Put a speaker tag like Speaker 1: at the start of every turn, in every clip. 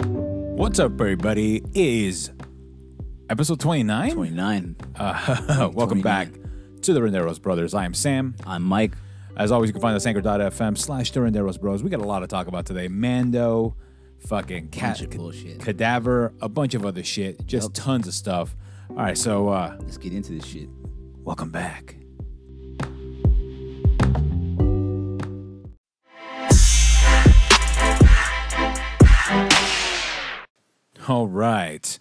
Speaker 1: What's up, everybody? It Is episode 29?
Speaker 2: 29.
Speaker 1: Welcome
Speaker 2: 29.
Speaker 1: back to the Renderos Brothers. I am Sam.
Speaker 2: I'm Mike.
Speaker 1: As always, you can find us anchor.fm slash the Renderos Bros. We got a lot to talk about today. Mando, fucking cat,
Speaker 2: Bunch of bullshit.
Speaker 1: cadaver, a bunch of other shit, just tons of stuff. All right, so uh,
Speaker 2: Let's get into this shit.
Speaker 1: welcome back. All right.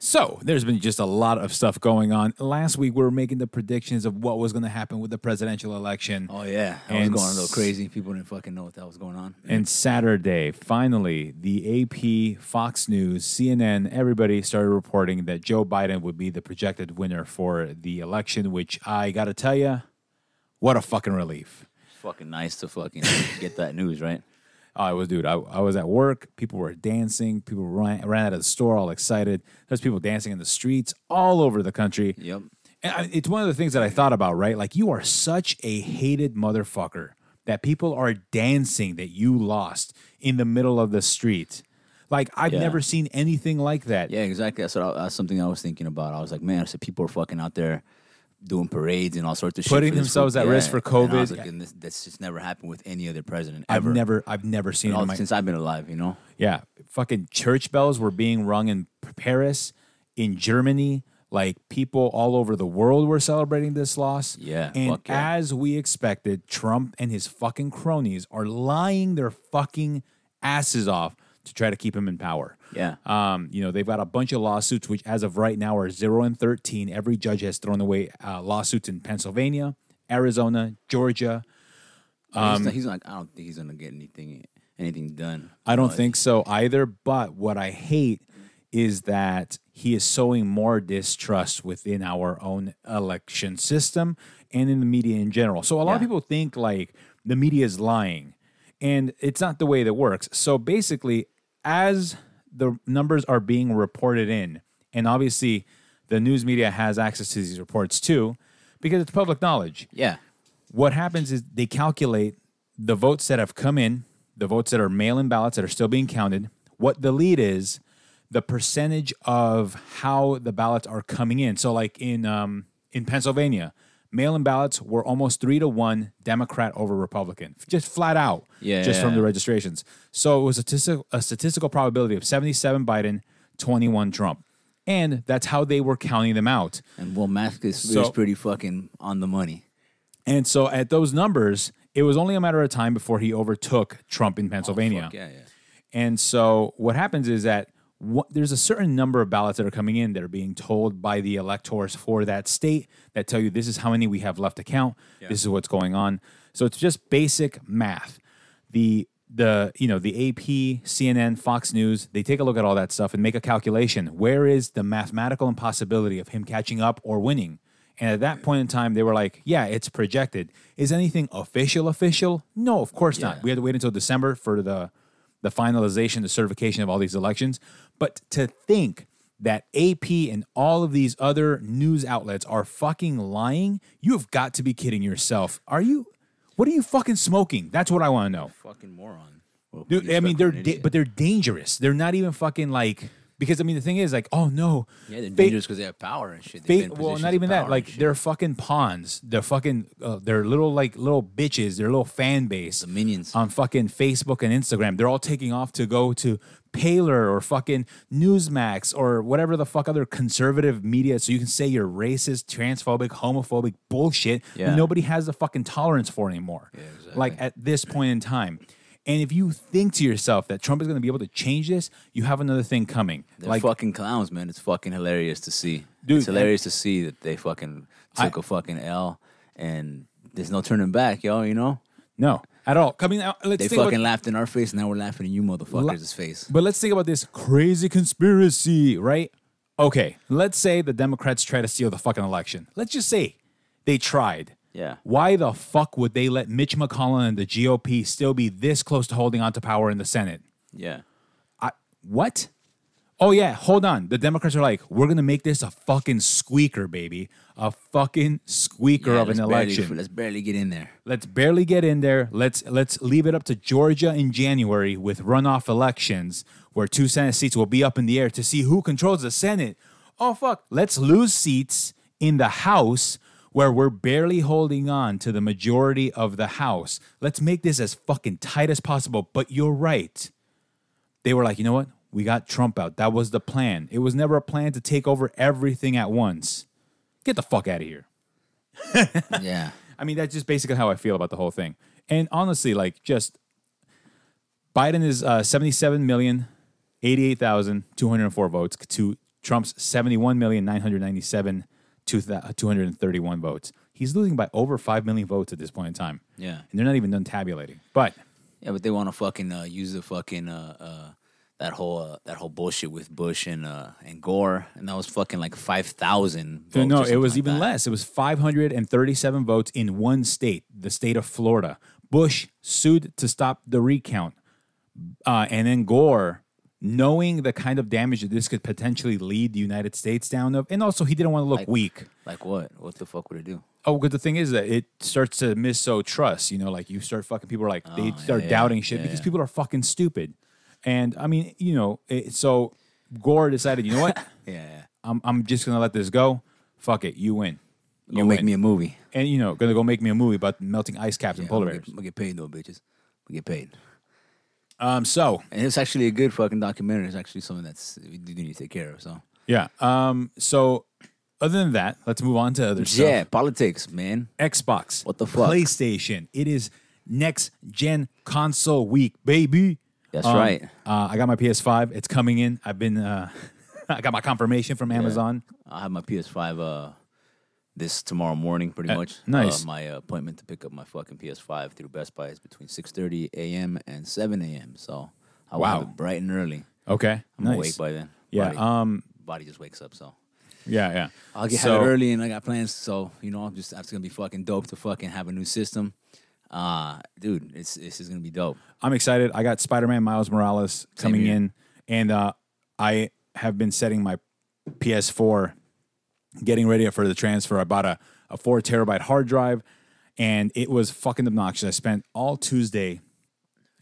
Speaker 1: So there's been just a lot of stuff going on. Last week we were making the predictions of what was going to happen with the presidential election.
Speaker 2: Oh, yeah. I
Speaker 1: And
Speaker 2: was going a
Speaker 1: s-
Speaker 2: little crazy. People didn't fucking know what that was going on.
Speaker 1: And Saturday, finally, the AP, Fox News, CNN, everybody started reporting that Joe Biden would be the projected winner for the election, which I got to tell you, what a fucking relief.
Speaker 2: Fucking nice to fucking get that news, right?
Speaker 1: Oh, I was, dude, I, I was at work. People were dancing. People ran, ran out of the store all excited. There's people dancing in the streets all over the country.
Speaker 2: Yep.
Speaker 1: And I, it's one of the things that I thought about, right? Like, you are such a hated motherfucker that people are dancing that you lost in the middle of the street. Like, I've
Speaker 2: Yeah.
Speaker 1: never seen anything like that.
Speaker 2: Yeah, exactly. That's, what I, that's something I was thinking about. I was like, man, I said people are fucking out there doing parades and all sorts of shit.
Speaker 1: Putting
Speaker 2: for this
Speaker 1: themselves
Speaker 2: fuck-
Speaker 1: at risk for
Speaker 2: And I was
Speaker 1: COVID.
Speaker 2: like, and this, that's just never happened with any other president
Speaker 1: I've
Speaker 2: ever.
Speaker 1: never, I've never seen it
Speaker 2: All-
Speaker 1: in my,
Speaker 2: since I've been alive, you know?
Speaker 1: yeah. Fucking church bells were being rung in P- Paris, in Germany. Like people all over the world were celebrating this loss.
Speaker 2: Yeah,
Speaker 1: and
Speaker 2: fuck yeah.
Speaker 1: as we expected, Trump and his fucking cronies are lying their fucking asses off to try to keep him in power.
Speaker 2: Yeah.
Speaker 1: Um, you know, they've got a bunch of lawsuits, which as of right now are 0 and 13. Every judge has thrown away uh, lawsuits in Pennsylvania, Arizona, Georgia.
Speaker 2: he's, not, he's not, I don't think he's going to get anything anything done.
Speaker 1: I don't
Speaker 2: No,
Speaker 1: think so either. But what I hate is that he is sowing more distrust within our own election system and in the media in general. So a lot of
Speaker 2: Yeah.
Speaker 1: people think like the media is lying, and it's not the way that works. So basically, as the numbers are being reported in, and obviously the news media has access to these reports too, because it's public knowledge
Speaker 2: Yeah.
Speaker 1: what happens is they calculate the votes that have come in, the votes that are mail-in ballots that are still being counted, what the lead is, the percentage of how the ballots are coming in. So, like in um, in Pennsylvania, mail-in ballots were almost three to one Democrat over Republican, just flat out.
Speaker 2: Yeah,
Speaker 1: Just
Speaker 2: yeah,
Speaker 1: from the
Speaker 2: yeah.
Speaker 1: registrations. So it was a, statistical a statistical probability of 77 Biden, 21 Trump. And that's how they were counting them out.
Speaker 2: And well, Mask is,
Speaker 1: So-
Speaker 2: is pretty fucking on the money.
Speaker 1: And so at those numbers, it was only a matter of time before he overtook Trump in Pennsylvania.
Speaker 2: Oh, Fuck yeah, yeah.
Speaker 1: And so what happens is that what, there's a certain number of ballots that are coming in that are being told by the electors for that state that tell you this is how many we have left to count. This is what's going on. So it's just basic math. The the you know the AP, CNN, Fox News, they take a look at all that stuff and make a calculation. Where is the mathematical impossibility of him catching up or winning? And at that point in time, they were like, "Yeah, it's projected. Is anything official? Official? No, of course not. We had to wait until December for the the finalization, the certification of all these elections. But to think that AP and all of these other news outlets are fucking lying, you have got to be kidding yourself. Are you? What are you fucking smoking? That's what I want to know.
Speaker 2: Fucking moron.
Speaker 1: Dude, I mean, they're da- but they're dangerous. They're not even fucking like because I mean the thing is like, oh no,
Speaker 2: Yeah, they're
Speaker 1: fa-
Speaker 2: dangerous because they have power and shit. They've
Speaker 1: Ba-
Speaker 2: been in
Speaker 1: well,
Speaker 2: positions
Speaker 1: not
Speaker 2: of
Speaker 1: even that.
Speaker 2: power
Speaker 1: Like
Speaker 2: and shit.
Speaker 1: they're fucking pawns. They're fucking. Uh, they're little like little bitches. They're little fan base. The
Speaker 2: minions.
Speaker 1: on fucking Facebook and Instagram. They're all taking off to go to Paler or fucking Newsmax or whatever the fuck other conservative media. So you can say you're racist, transphobic, homophobic bullshit.
Speaker 2: Yeah.
Speaker 1: Nobody has the fucking tolerance for anymore. Like at this point in time. And if you think to yourself that Trump is going to be able to change this, you have another thing coming.
Speaker 2: They're
Speaker 1: like
Speaker 2: fucking clowns, man. It's fucking hilarious to see.
Speaker 1: Dude,
Speaker 2: it's hilarious to see that they fucking took a fucking L and there's no turning back, yo. You know
Speaker 1: no, at all. Coming out. Let's
Speaker 2: they
Speaker 1: think about-
Speaker 2: fucking laughed in our face, now we're laughing in you motherfuckers' face.
Speaker 1: But let's think about this crazy conspiracy, right? Okay, let's say the Democrats try to steal the fucking election. Let's just say they tried.
Speaker 2: Yeah.
Speaker 1: Why the fuck would they let Mitch McConnell and the GOP still be this close to holding onto power in the Senate?
Speaker 2: Yeah,
Speaker 1: I, what? oh yeah, hold on. The Democrats are like, we're gonna make this a fucking squeaker, baby, a fucking squeaker
Speaker 2: Yeah,
Speaker 1: of an
Speaker 2: let's barely-
Speaker 1: election.
Speaker 2: let's barely get in there.
Speaker 1: Let's barely get in there. Let's let's leave it up to Georgia in January with runoff elections where two Senate seats will be up in the air to see who controls the Senate. Oh fuck, let's lose seats in the House where we're barely holding on to the majority of the House. Let's make this as fucking tight as possible, but you're right they were like, you know what? We got Trump out. That was the plan. It was never a plan to take over everything at once. Get the fuck out of here.
Speaker 2: yeah.
Speaker 1: I mean, that's just basically how I feel about the whole thing. And honestly, like, just Biden is uh, 77 million, 88,204 votes to Trump's 71,997, 231 votes. He's losing by over 5 million votes at this point in time.
Speaker 2: Yeah.
Speaker 1: And they're not even done tabulating. But
Speaker 2: Yeah, but they want to fucking uh, use the fucking uh, uh, that whole uh, that whole bullshit with Bush and uh, and Gore, and that was fucking like five thousand.
Speaker 1: Dude, Uh, no, it was even less. It was 537 votes in one state, the state of Florida. Bush sued to stop the recount. Uh, and then Gore, knowing the kind of damage that this could potentially lead the United States down of, and also he didn't want to look weak.
Speaker 2: Like what? What the fuck would it do?
Speaker 1: Oh, because the thing is that it starts to miss so trust. You know, like you start fucking people are like they start
Speaker 2: Oh, yeah,
Speaker 1: doubting shit
Speaker 2: yeah,
Speaker 1: because
Speaker 2: yeah.
Speaker 1: people are fucking stupid. And I mean, you know, it, so Gore decided, you know what,
Speaker 2: Yeah, yeah.
Speaker 1: I'm I'm just gonna let this go. Fuck it, you win.
Speaker 2: Go make me a movie.
Speaker 1: and you know, gonna go make me a movie about melting ice caps and
Speaker 2: Yeah,
Speaker 1: polar
Speaker 2: we
Speaker 1: bears.
Speaker 2: get, we get paid though, bitches. We get paid,
Speaker 1: Um, so
Speaker 2: and it's actually a good fucking documentary. It's actually something that's we do need to take care of. So
Speaker 1: yeah, um, so other than that, let's move on to other
Speaker 2: yeah,
Speaker 1: stuff.
Speaker 2: politics, man.
Speaker 1: Xbox,
Speaker 2: What the fuck?
Speaker 1: PlayStation. It is next gen console week, baby.
Speaker 2: That's
Speaker 1: Um,
Speaker 2: right.
Speaker 1: Uh, I got my PS5. It's coming in. I've been. Uh, I got my confirmation from Amazon.
Speaker 2: I have my PS5 uh this tomorrow morning, pretty much.
Speaker 1: nice.
Speaker 2: Uh, my uh, appointment to pick up my fucking PS5 through Best Buy is between 6:30 a.m. and 7 a.m. So I will have
Speaker 1: Wow.
Speaker 2: it bright and early.
Speaker 1: Okay,
Speaker 2: I'm
Speaker 1: nice.
Speaker 2: awake by then.
Speaker 1: Yeah,
Speaker 2: Body,
Speaker 1: um,
Speaker 2: body just wakes up. So
Speaker 1: Yeah, yeah.
Speaker 2: I'll get
Speaker 1: So-
Speaker 2: have it early, and I got plans. So you know, I'm just that's gonna be fucking dope to fucking have a new system. Uh dude, it's this is gonna be dope.
Speaker 1: I'm excited. I got Spider Man Miles Morales coming
Speaker 2: here.
Speaker 1: in, and uh, I have been setting my PS4, getting ready for the transfer. I bought a, a four terabyte hard drive, and it was fucking obnoxious. I spent all Tuesday.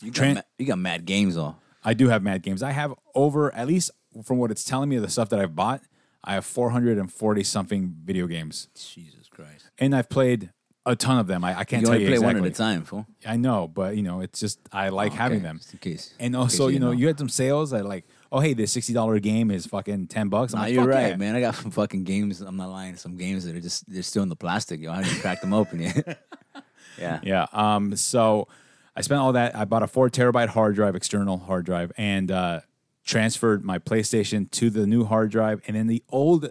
Speaker 2: You got,
Speaker 1: Tran-
Speaker 2: ma- you got mad games on.
Speaker 1: I do have Mad Games. I have over, at least from what it's telling me of the stuff that I've bought, I have 440 something video games,
Speaker 2: Jesus Christ!
Speaker 1: and I've played a ton of them. I, I can't
Speaker 2: You
Speaker 1: tell
Speaker 2: only
Speaker 1: you
Speaker 2: play
Speaker 1: exactly.
Speaker 2: one at a time, fool.
Speaker 1: I know, but you know, it's just I like having
Speaker 2: Okay,
Speaker 1: them.
Speaker 2: just in case.
Speaker 1: And
Speaker 2: In
Speaker 1: also,
Speaker 2: case
Speaker 1: you
Speaker 2: didn't
Speaker 1: know, you had some sales that like, oh hey, this sixty dollar game is fucking ten bucks. I'm
Speaker 2: Nah,
Speaker 1: like,
Speaker 2: you're
Speaker 1: "Fuck
Speaker 2: right,
Speaker 1: yeah."
Speaker 2: man. I got some fucking games. I'm not lying. Some games that are just they're still in the plastic. Yo, I haven't even cracked them open yet. yeah.
Speaker 1: Yeah. Um. So I spent all that. I bought a four terabyte hard drive, external hard drive, and uh, transferred my PlayStation to the new hard drive, and then the old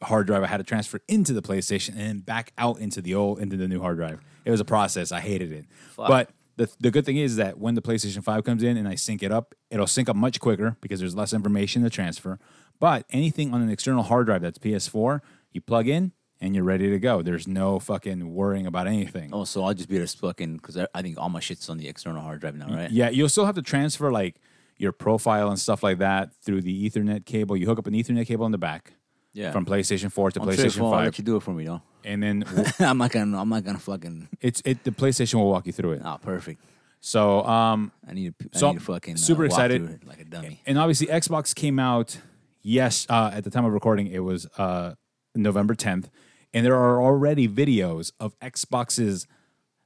Speaker 1: hard drive I had to transfer into the PlayStation and then back out into the old into the new hard drive. It was a process. I hated it. But the, the good thing is that when the PlayStation 5 comes in and I sync it up, it'll sync up much quicker because there's less information to transfer. But anything on an external hard drive that's PS4, you plug in and you're ready to go. There's no fucking worrying about anything.
Speaker 2: Oh, so I'll just be just fucking because I, I think all my shit's on the external hard drive now, right?
Speaker 1: Yeah, you'll still have to transfer like your profile and stuff like that through the Ethernet cable. You hook up an Ethernet cable in the back.
Speaker 2: Yeah.
Speaker 1: From PlayStation 4 to
Speaker 2: I'm sure,
Speaker 1: PlayStation
Speaker 2: fool, I'll
Speaker 1: 5.
Speaker 2: let you do it for me, though.
Speaker 1: And then w-
Speaker 2: I'm not gonna. I'm not gonna fucking.
Speaker 1: it's it the PlayStation will walk you through it.
Speaker 2: Ah, perfect.
Speaker 1: So um
Speaker 2: I need to. I
Speaker 1: So,
Speaker 2: need to fucking. uh,
Speaker 1: super
Speaker 2: walk
Speaker 1: excited.
Speaker 2: through it like a dummy.
Speaker 1: and obviously Xbox came out yes, uh, at the time of recording it was uh November 10th. And there are already videos of Xboxes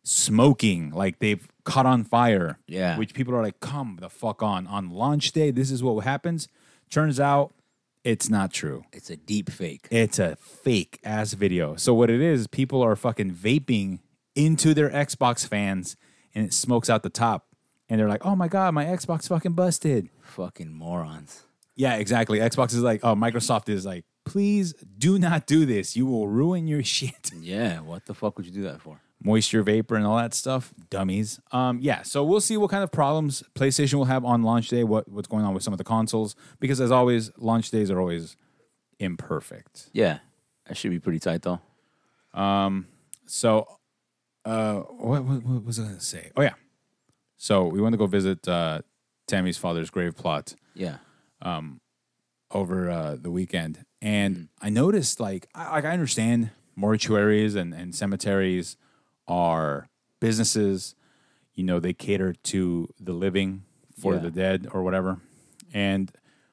Speaker 1: smoking, like they've caught on fire.
Speaker 2: Yeah.
Speaker 1: Which people are like, come the fuck on. On launch day, this is what happens. Turns out it's not true.
Speaker 2: It's a deep fake.
Speaker 1: It's a fake ass video. So what it is, people are fucking vaping into their Xbox fans and it smokes out the top. And they're like, oh my God, my Xbox fucking busted.
Speaker 2: Fucking morons.
Speaker 1: Yeah, exactly. Xbox is like, oh, Microsoft is like, please do not do this. You will ruin your shit.
Speaker 2: Yeah. What the fuck would you do that for?
Speaker 1: Moisture vapor and all that stuff. Dummies. Um, yeah, so we'll see what kind of problems PlayStation will have on launch day, what, what's going on with some of the consoles. Because as always, launch days are always imperfect.
Speaker 2: Yeah. That should be pretty tight though.
Speaker 1: So, uh, what, what, what was I going to say? Oh, yeah. So, we went to go visit uh, Tammy's father's grave plot.
Speaker 2: Yeah.
Speaker 1: over uh, the weekend, and I noticed like I, like I understand mortuaries and, and cemeteries are businesses. You know, they cater to the living for
Speaker 2: Yeah.
Speaker 1: the dead or whatever. And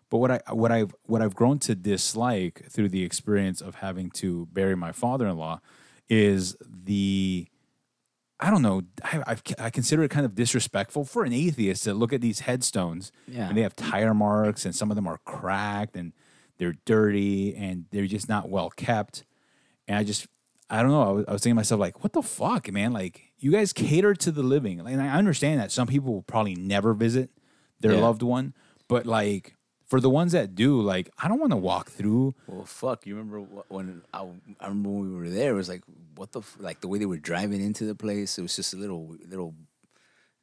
Speaker 1: but what I what I've what I've grown to dislike through the experience of having to bury my father in law is the I don't know. I, I've, I consider it kind of disrespectful for an atheist to look at these headstones
Speaker 2: Yeah.
Speaker 1: and they have tire marks and some of them are cracked and they're dirty and they're just not well kept. And I just, I don't know. I was, I was thinking to myself, like, what the fuck, man? Like, you guys cater to the living. Like, and I understand that some people will probably never visit their
Speaker 2: Yeah.
Speaker 1: loved one, but like, for the ones that do, like, I don't want to walk through.
Speaker 2: Well, fuck! You remember wh- when I, I remember when we were there? It was like what the f- like the way they were driving into the place. It was just a little little.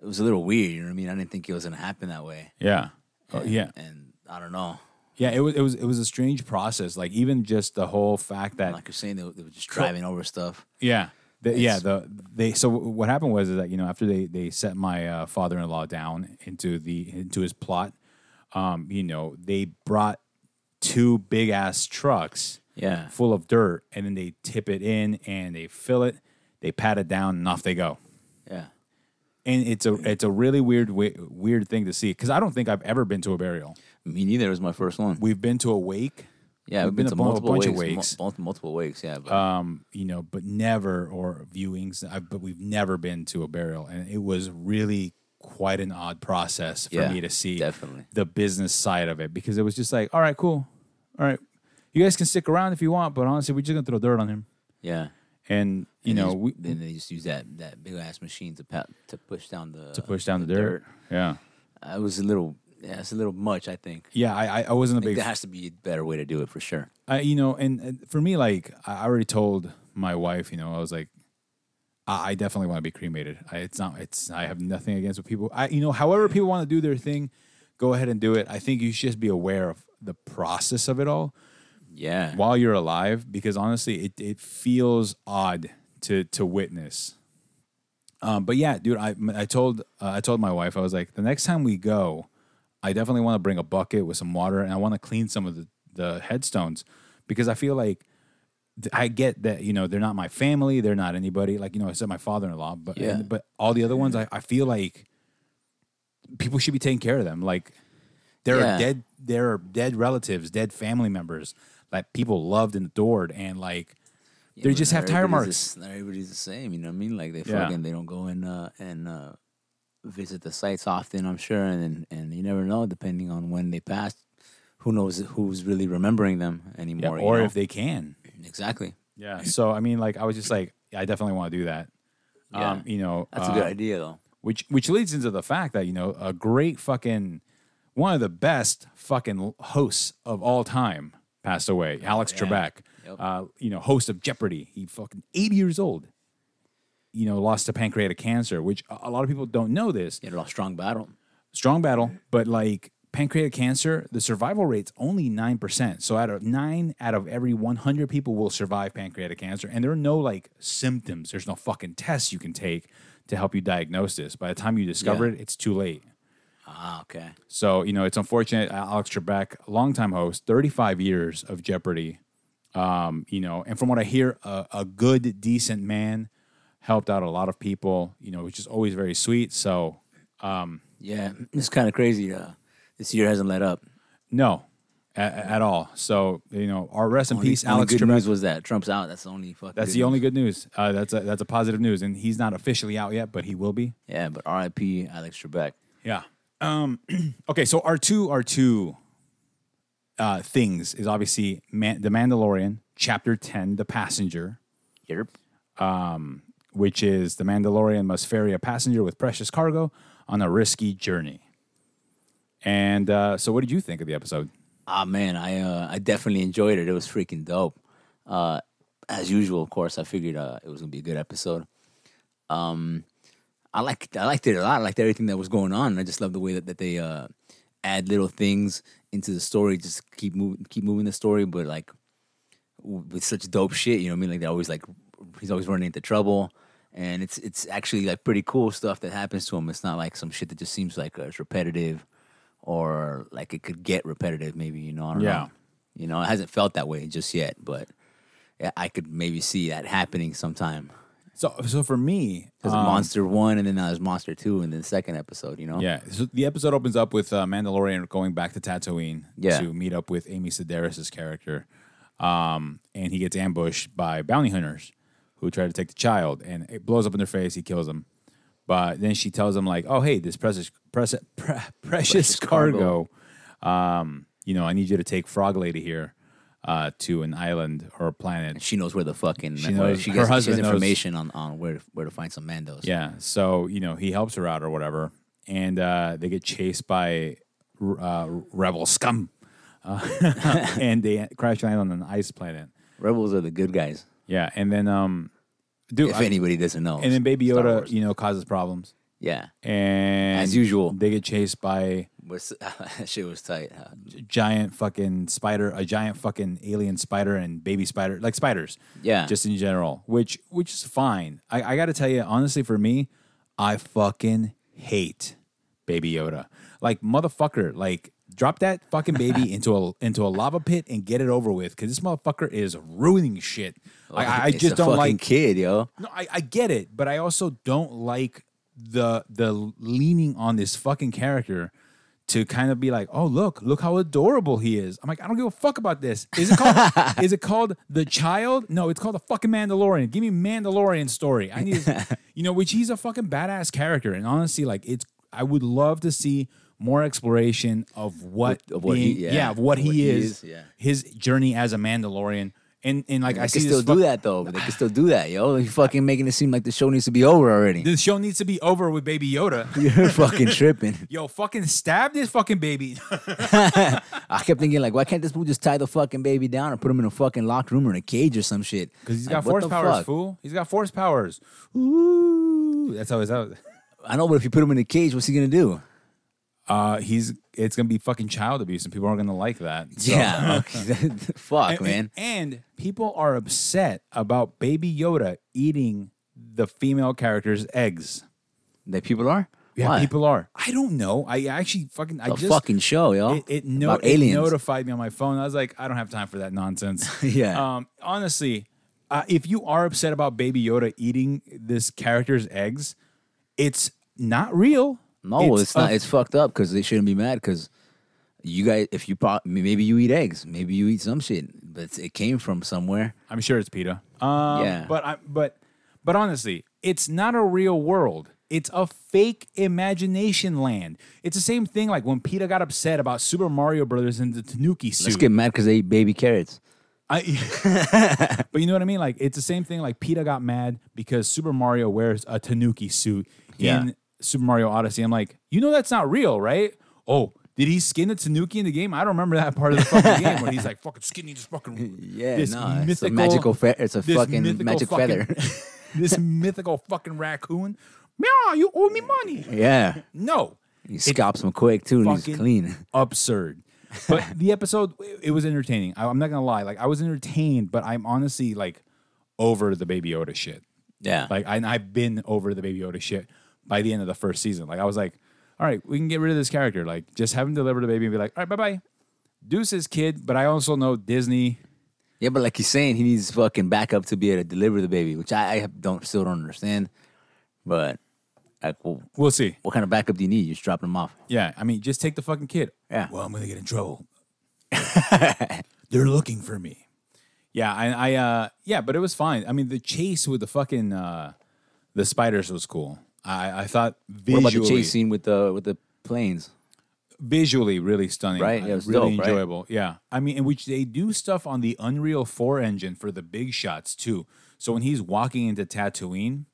Speaker 2: It was a little weird. You know what I mean? I didn't think it was gonna happen that way.
Speaker 1: Yeah. Oh, yeah.
Speaker 2: And I don't know.
Speaker 1: Yeah. It was, it was, it was a strange process. Like, even just the whole fact that
Speaker 2: Like you're saying, they, were- they were just driving over stuff.
Speaker 1: Yeah. The, yeah. The they so what happened was is that you know after they they set my uh, father in law down into the into his plot, um, you know they brought two big ass trucks
Speaker 2: Yeah.
Speaker 1: full of dirt and then they tip it in and they fill it, they pat it down and off they go.
Speaker 2: Yeah.
Speaker 1: And it's a it's a really weird we- weird thing to see because I don't think I've ever been to a burial.
Speaker 2: Me neither. It was my first one.
Speaker 1: We've been to a wake,
Speaker 2: yeah,
Speaker 1: we've
Speaker 2: we've been,
Speaker 1: been
Speaker 2: to
Speaker 1: a bu- a
Speaker 2: multiple
Speaker 1: bunch
Speaker 2: weeks.
Speaker 1: of wakes.
Speaker 2: Mul- multiple weeks. Yeah. But
Speaker 1: um, you know, but never or viewings. I, but we've never been to a burial, and it was really quite an odd process for
Speaker 2: Yeah,
Speaker 1: me to see
Speaker 2: definitely.
Speaker 1: the business side of it because it was just like, all right, cool, all right, you guys can stick around if you want, but honestly, we're just gonna throw dirt on him,
Speaker 2: yeah.
Speaker 1: and you
Speaker 2: And they
Speaker 1: know,
Speaker 2: just-
Speaker 1: we
Speaker 2: then they just use that that big ass machine to pat, to push down the to
Speaker 1: push down the, dirt. Yeah,
Speaker 2: I was a little. Yeah, it's a little much. I think.
Speaker 1: yeah. I I- I wasn't a
Speaker 2: I
Speaker 1: big
Speaker 2: think there has to be a better way to do it for sure.
Speaker 1: I, you know, and, and for me, like I already told my wife, you know, I was like, I, I definitely want to be cremated. I, it's not, it's, I have nothing against what people, I, you know, however people want to do their thing, go ahead and do it. I think you should just be aware of the process of it all
Speaker 2: Yeah.
Speaker 1: while you're alive, because honestly, it, it feels odd to, to witness. Um, but yeah, dude, I, I told, uh, I told my wife, I was like, the next time we go, I definitely want to bring a bucket with some water and I want to clean some of the, the headstones because I feel like th- I get that, you know, they're not my family. They're not anybody like, you know, except my father-in-law, but,
Speaker 2: Yeah.
Speaker 1: but all the other ones, I, I feel like people should be taking care of them. Like there
Speaker 2: Yeah.
Speaker 1: are dead, there are dead relatives, dead family members that people loved and adored. And like, they
Speaker 2: but
Speaker 1: just
Speaker 2: not
Speaker 1: have tire
Speaker 2: everybody's
Speaker 1: marks.
Speaker 2: the s- not everybody's the same, you know what I mean? Like they
Speaker 1: Yeah.
Speaker 2: fucking they don't go and uh, and uh, visit the sites often, I'm sure, and and you never know depending on when they passed. Who knows who's really remembering them
Speaker 1: yeah,
Speaker 2: anymore? you
Speaker 1: or
Speaker 2: know?
Speaker 1: if they can.
Speaker 2: exactly,
Speaker 1: Yeah. So, I mean, like, I was just like, I definitely want to do that. Um,
Speaker 2: Yeah.
Speaker 1: you know,
Speaker 2: that's
Speaker 1: uh,
Speaker 2: a good idea though.
Speaker 1: which which leads into the fact that you know a great fucking one of the best fucking hosts of all time passed away, Alex Trebek.
Speaker 2: Yep.
Speaker 1: Uh, you know, host of Jeopardy. He fucking eighty years old. You know, lost to pancreatic cancer, which a a lot of people don't know this.
Speaker 2: You had a strong battle.
Speaker 1: Strong battle, but like pancreatic cancer, the survival rate's only nine percent. So out of nine out of every one hundred people will survive pancreatic cancer, and there are no like symptoms. There's no fucking tests you can take to help you diagnose this. By the time you discover
Speaker 2: Yeah.
Speaker 1: it, it's too late.
Speaker 2: Ah, okay.
Speaker 1: So you know it's unfortunate. uh, Alex Trebek, longtime host, thirty-five years of Jeopardy. Um, you know, and from what I hear, a, a good, decent man, helped out a lot of people. You know, which is always very sweet. So
Speaker 2: Yeah, it's kind of crazy. Uh, this year hasn't let up.
Speaker 1: no, at, at all. So you know, our rest in
Speaker 2: Only-
Speaker 1: peace,
Speaker 2: only
Speaker 1: Alex
Speaker 2: good
Speaker 1: Trebek.
Speaker 2: news was that Trump's out. That's the only fucking.
Speaker 1: That's
Speaker 2: good
Speaker 1: the
Speaker 2: news.
Speaker 1: only good news. Uh, that's a, that's a positive news, and he's not officially out yet, but he will be.
Speaker 2: Yeah, but R.I.P. Alex Trebek.
Speaker 1: Yeah. Um, okay, so our two our two uh, things is obviously Man- the Mandalorian, Chapter Ten, The Passenger,
Speaker 2: Yep.
Speaker 1: which is the Mandalorian must ferry a passenger with precious cargo on a risky journey. And uh, so, what did you think of the episode?
Speaker 2: Ah man, I uh, I definitely enjoyed it. It was freaking dope. Uh, as usual, of course, I figured uh, it was gonna be a good episode. Um, I liked I liked it a lot. I liked everything that was going on. I just love the way that, that they uh, add little things into the story, just keep moving keep moving the story, but like w- with such dope shit. You know what I mean? Like they always like he's always running into trouble, and it's it's actually like pretty cool stuff that happens to him. It's not like some shit that just seems like uh, it's repetitive or like it could get repetitive. Maybe you know, I don't
Speaker 1: Yeah.
Speaker 2: know. You know, it hasn't felt that way just yet, but yeah, I could maybe see that happening sometime.
Speaker 1: So, so for me,
Speaker 2: There's
Speaker 1: um,
Speaker 2: Monster One, and then now there's Monster Two, and then second episode. You know,
Speaker 1: Yeah, so the episode opens up with uh, Mandalorian going back to Tatooine
Speaker 2: Yeah.
Speaker 1: to meet up with Amy Sedaris' character, um, and he gets ambushed by bounty hunters who try to take the child, and it blows up in their face. He kills them, but then she tells him like, "Oh, hey, this precious, precious, pre- precious
Speaker 2: Precious
Speaker 1: cargo, um, you know, I need you to take Frog Lady here uh, to an island or a planet."
Speaker 2: she knows where the fucking she,
Speaker 1: knows-
Speaker 2: she
Speaker 1: her
Speaker 2: gets,
Speaker 1: husband
Speaker 2: she
Speaker 1: knows.
Speaker 2: has information on, on where to, where to find some Mandos.
Speaker 1: Yeah. So, you know, he helps her out or whatever. And uh, they get chased by uh, rebel scum. Uh, and they crash land on an ice planet.
Speaker 2: Rebels are the good guys.
Speaker 1: Yeah. And then, um, dude,
Speaker 2: If
Speaker 1: I-
Speaker 2: anybody doesn't know,
Speaker 1: and then Baby
Speaker 2: Star
Speaker 1: Yoda,
Speaker 2: Wars.
Speaker 1: you know, causes problems.
Speaker 2: yeah,
Speaker 1: And
Speaker 2: As usual.
Speaker 1: they get chased by
Speaker 2: was that shit was tight. Uh, huh?
Speaker 1: a giant fucking spider, a giant fucking alien spider, and baby spider, like spiders.
Speaker 2: Yeah.
Speaker 1: just in general, which which is fine. I, I got to tell you, honestly, for me, I fucking hate Baby Yoda. Like motherfucker, like drop that fucking baby into a into a lava pit and get it over with, because this motherfucker is ruining shit. Like, I, I
Speaker 2: It's
Speaker 1: just
Speaker 2: a
Speaker 1: don't
Speaker 2: fucking
Speaker 1: like.
Speaker 2: kid, yo.
Speaker 1: No, I, I get it, but I also don't like the the leaning on this fucking character to kind of be like, oh look, look how adorable he is. I'm like, I don't give a fuck about this. Is it called is it called the child? No, it's called the fucking Mandalorian. Give me Mandalorian story. I need you know, which he's a fucking badass character. And honestly, like it's I would love to see more exploration of what,
Speaker 2: Of what he-
Speaker 1: being-
Speaker 2: yeah,
Speaker 1: of what, he, is,
Speaker 2: yeah.
Speaker 1: his journey as a Mandalorian. And and like I,
Speaker 2: They
Speaker 1: see
Speaker 2: can
Speaker 1: this
Speaker 2: still
Speaker 1: fuck-
Speaker 2: do that though. They can still do that, yo. You fucking making it seem like the show needs to be over already.
Speaker 1: the show needs to be over with Baby Yoda.
Speaker 2: You're fucking tripping.
Speaker 1: Yo, fucking stab this fucking baby.
Speaker 2: I kept thinking like, why can't this fool just tie the fucking baby down and put him in a fucking locked room or in a cage or some shit?
Speaker 1: Because he's
Speaker 2: Like,
Speaker 1: got
Speaker 2: what
Speaker 1: force
Speaker 2: the
Speaker 1: powers,
Speaker 2: fuck?
Speaker 1: fool. He's got force powers. Ooh. That's how it's out.
Speaker 2: I know, but if you put him in a cage, what's he gonna do?
Speaker 1: Uh, he's it's gonna be fucking child abuse, and people aren't gonna like that. So-
Speaker 2: Yeah, okay. fuck,
Speaker 1: And,
Speaker 2: man.
Speaker 1: and people are upset about Baby Yoda eating the female character's eggs.
Speaker 2: That people are.
Speaker 1: Yeah,
Speaker 2: Why?
Speaker 1: people are. I don't know. I actually fucking I
Speaker 2: A
Speaker 1: just
Speaker 2: fucking show, yo.
Speaker 1: it, it, no,
Speaker 2: about
Speaker 1: it
Speaker 2: aliens.
Speaker 1: notified me on my phone. I was like, I don't have time for that nonsense.
Speaker 2: Yeah.
Speaker 1: Um, honestly, uh, if you are upset about Baby Yoda eating this character's eggs, it's not real.
Speaker 2: No, it's, not.
Speaker 1: a-
Speaker 2: it's fucked up because they shouldn't be mad because you guys, if you pro- maybe you eat eggs, maybe you eat some shit, but it's- it came from somewhere.
Speaker 1: I'm sure it's PETA. Um,
Speaker 2: Yeah.
Speaker 1: But I, but but honestly, it's not a real world. It's a fake imagination land. It's the same thing like when PETA got upset about Super Mario Brothers and the Tanuki suit.
Speaker 2: Let's get mad because they eat baby carrots.
Speaker 1: I, but you know what I mean? Like it's the same thing. Like Peta got mad because Super Mario wears a Tanuki suit
Speaker 2: Yeah.
Speaker 1: in Super Mario Odyssey. I'm like, you know that's not real, right? Oh, did he skin a Tanuki in the game? I don't remember that part of the fucking game when he's like fucking skinny, just fucking
Speaker 2: Yeah,
Speaker 1: this
Speaker 2: no, it's
Speaker 1: mythical-
Speaker 2: a magical fe- it's a
Speaker 1: this
Speaker 2: fucking
Speaker 1: mythical
Speaker 2: magic
Speaker 1: fucking-
Speaker 2: feather.
Speaker 1: this mythical fucking raccoon. Meow, you owe me money.
Speaker 2: yeah,
Speaker 1: No,
Speaker 2: he scalps them quick too, and
Speaker 1: fucking
Speaker 2: he's clean.
Speaker 1: absurd. But the episode, it- it was entertaining. I, I'm not gonna lie, like I was entertained, but I'm honestly like over the Baby Yoda shit.
Speaker 2: Yeah,
Speaker 1: Like, I, and I've been over the Baby Yoda shit by the end of the first season. Like, I was like, all right, we can get rid of this character. Like, just have him deliver the baby and be like, all right, bye bye, deuces, kid. But I also know Disney.
Speaker 2: yeah, but like he's saying, he needs fucking backup to be able to deliver the baby, which I, I don't still don't understand. But like, well,
Speaker 1: We'll see.
Speaker 2: what kind of backup do you need? You're just dropping him off.
Speaker 1: Yeah, I mean, just take the fucking kid.
Speaker 2: Yeah.
Speaker 1: Well, I'm gonna get in trouble. They're looking for me. Yeah, I, I, uh, yeah, but it was fine. I mean, the chase with the fucking uh, the spiders was cool. I, I thought
Speaker 2: What
Speaker 1: visually,
Speaker 2: about the chase scene with the with the planes?
Speaker 1: visually really stunning.
Speaker 2: Right?
Speaker 1: Uh,
Speaker 2: Yeah, it was
Speaker 1: really
Speaker 2: dope, right?
Speaker 1: enjoyable. Yeah, I mean, in which they do stuff on the Unreal Four engine for the big shots too. So when he's walking into Tatooine,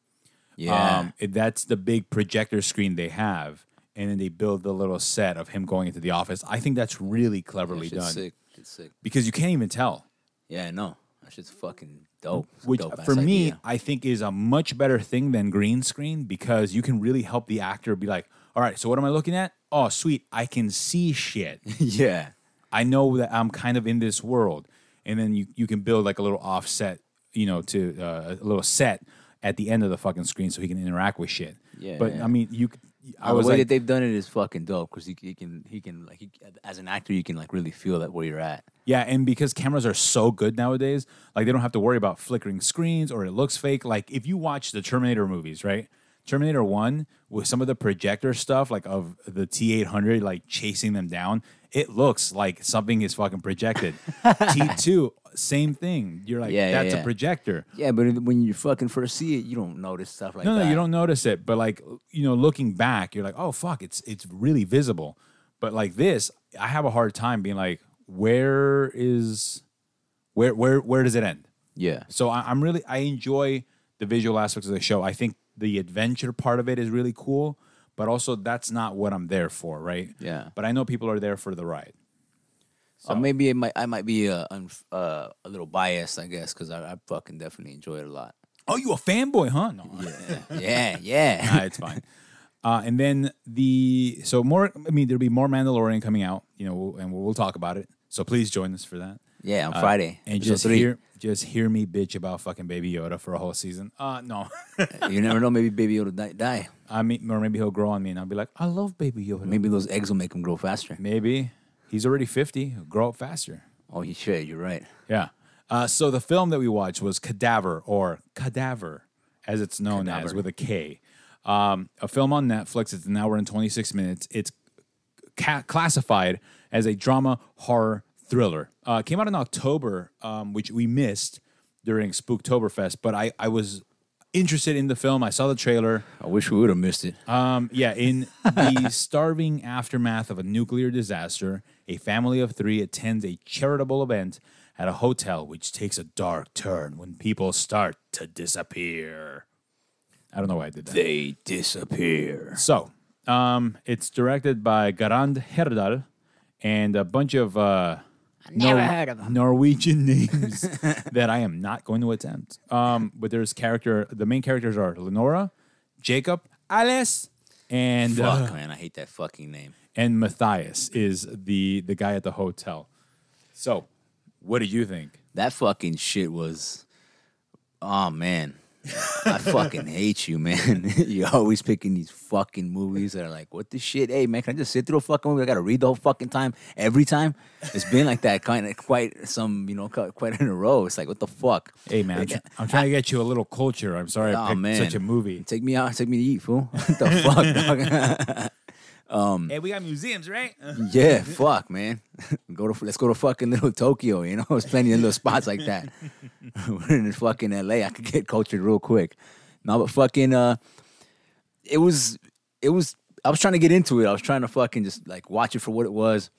Speaker 2: Yeah,
Speaker 1: um, it- that's the big projector screen they have, and then they build the little set of him going into the office. I think that's really cleverly
Speaker 2: Shit's
Speaker 1: done
Speaker 2: Sick. Shit's sick.
Speaker 1: because you can't even tell.
Speaker 2: Yeah, no, that shit's fucking dope. It's a
Speaker 1: Which
Speaker 2: dope-ass
Speaker 1: for me,
Speaker 2: idea.
Speaker 1: I think is a much better thing than green screen because you can really help the actor be like, "All right, so what am I looking at? Oh, sweet, I can see shit.
Speaker 2: yeah,
Speaker 1: I know that I'm kind of in this world." And then you you can build like a little offset, you know, to uh, a little set at the end of the fucking screen so he can interact with shit.
Speaker 2: Yeah,
Speaker 1: but
Speaker 2: yeah.
Speaker 1: I mean, you c- I
Speaker 2: the
Speaker 1: was
Speaker 2: way
Speaker 1: like,
Speaker 2: that they've done it is fucking dope because he, he can he can like he, as an actor you can like really feel that where you're at.
Speaker 1: Yeah, and because cameras are so good nowadays, like they don't have to worry about flickering screens or it looks fake. Like if you watch the Terminator movies, right? Terminator 1 with some of the projector stuff like of the T800 like chasing them down, it looks like something is fucking projected. T2 same thing. You're like
Speaker 2: Yeah, yeah,
Speaker 1: that's a
Speaker 2: yeah.
Speaker 1: projector.
Speaker 2: Yeah, but when you fucking first see it, you don't notice stuff like
Speaker 1: No,
Speaker 2: that.
Speaker 1: no, you don't notice it, but like you know, looking back, you're like, "Oh fuck, it's it's really visible." But like this, I have a hard time being like, "Where is where where where does it end?"
Speaker 2: Yeah,
Speaker 1: So I, I'm really I enjoy the visual aspects of the show. I think the adventure part of it is really cool, but also that's not what I'm there for, right?
Speaker 2: Yeah.
Speaker 1: But I know people are there for the ride.
Speaker 2: or maybe it might I might be uh, unf uh, a little biased, I guess, because I, I fucking definitely enjoy it a lot.
Speaker 1: Oh, you a fanboy, huh? No,
Speaker 2: Yeah, yeah.
Speaker 1: Nah, it's fine. Uh, and then the so more. I mean, there'll be more Mandalorian coming out, you know, we'll- and we'll, we'll talk about it. So please join us for that.
Speaker 2: Yeah, on Friday.
Speaker 1: And
Speaker 2: episode
Speaker 1: just
Speaker 2: three.
Speaker 1: hear, just hear me bitch about fucking Baby Yoda for a whole season. Uh, no,
Speaker 2: you never know. Maybe Baby Yoda die. die.
Speaker 1: I mean, or maybe he'll grow on me, and I'll be like, I love Baby Yoda.
Speaker 2: Maybe those eggs will make him grow faster.
Speaker 1: Maybe he's already 50, he'll grow up faster.
Speaker 2: Oh, he should. You're right.
Speaker 1: Yeah. Uh, so the film that we watched was Cadaver or Cadaver, as it's known as
Speaker 2: Cadaver.
Speaker 1: with a K. Um, a film on Netflix. It's an hour and 26 minutes. It's ca- classified as a drama horror thriller. Uh, it came out in October, um, which we missed during Spooktoberfest, but I, I was interested in the film. I saw the trailer.
Speaker 2: I wish we would have missed it.
Speaker 1: Um, yeah, in the starving aftermath of a nuclear disaster, a family of three attends a charitable event at a hotel, which takes a dark turn when people start to disappear. I don't know why I did that.
Speaker 2: They disappear.
Speaker 1: So, um, it's directed by Garand Herdal and a bunch of uh,
Speaker 2: never
Speaker 1: Nor-
Speaker 2: heard of 'em.
Speaker 1: Norwegian names that I am not going to attempt. Um, but there's character. The main characters are Lenora, Jacob, Alice, and uh,
Speaker 2: Fuck, man. I hate that fucking name.
Speaker 1: and Matthias is the the guy at the hotel. So, what do you think?
Speaker 2: That fucking shit was. Oh man, I fucking hate you, man. You're always picking these fucking movies that are like, what the shit? Hey, man, can I just sit through a fucking movie? I gotta read the whole fucking time every time. It's been like that kind of quite some, you know, cu- quite in a row. It's like, what the fuck?
Speaker 1: Hey man, I'm, tr- I'm trying to get you a little culture. I'm sorry I
Speaker 2: Oh
Speaker 1: picked
Speaker 2: man,
Speaker 1: such a movie.
Speaker 2: Take me out. Take me to eat, fool. What the fuck, dog? Mm.
Speaker 1: Hey, we got museums, right?
Speaker 2: Yeah, fuck, man. Go to let's go to fucking little Tokyo. You know, there's plenty of little spots like that. We're in fucking L.A. I could get cultured real quick. No, but fucking, uh, it was, it was. I was trying to get into it. I was trying to fucking just like watch it for what it was,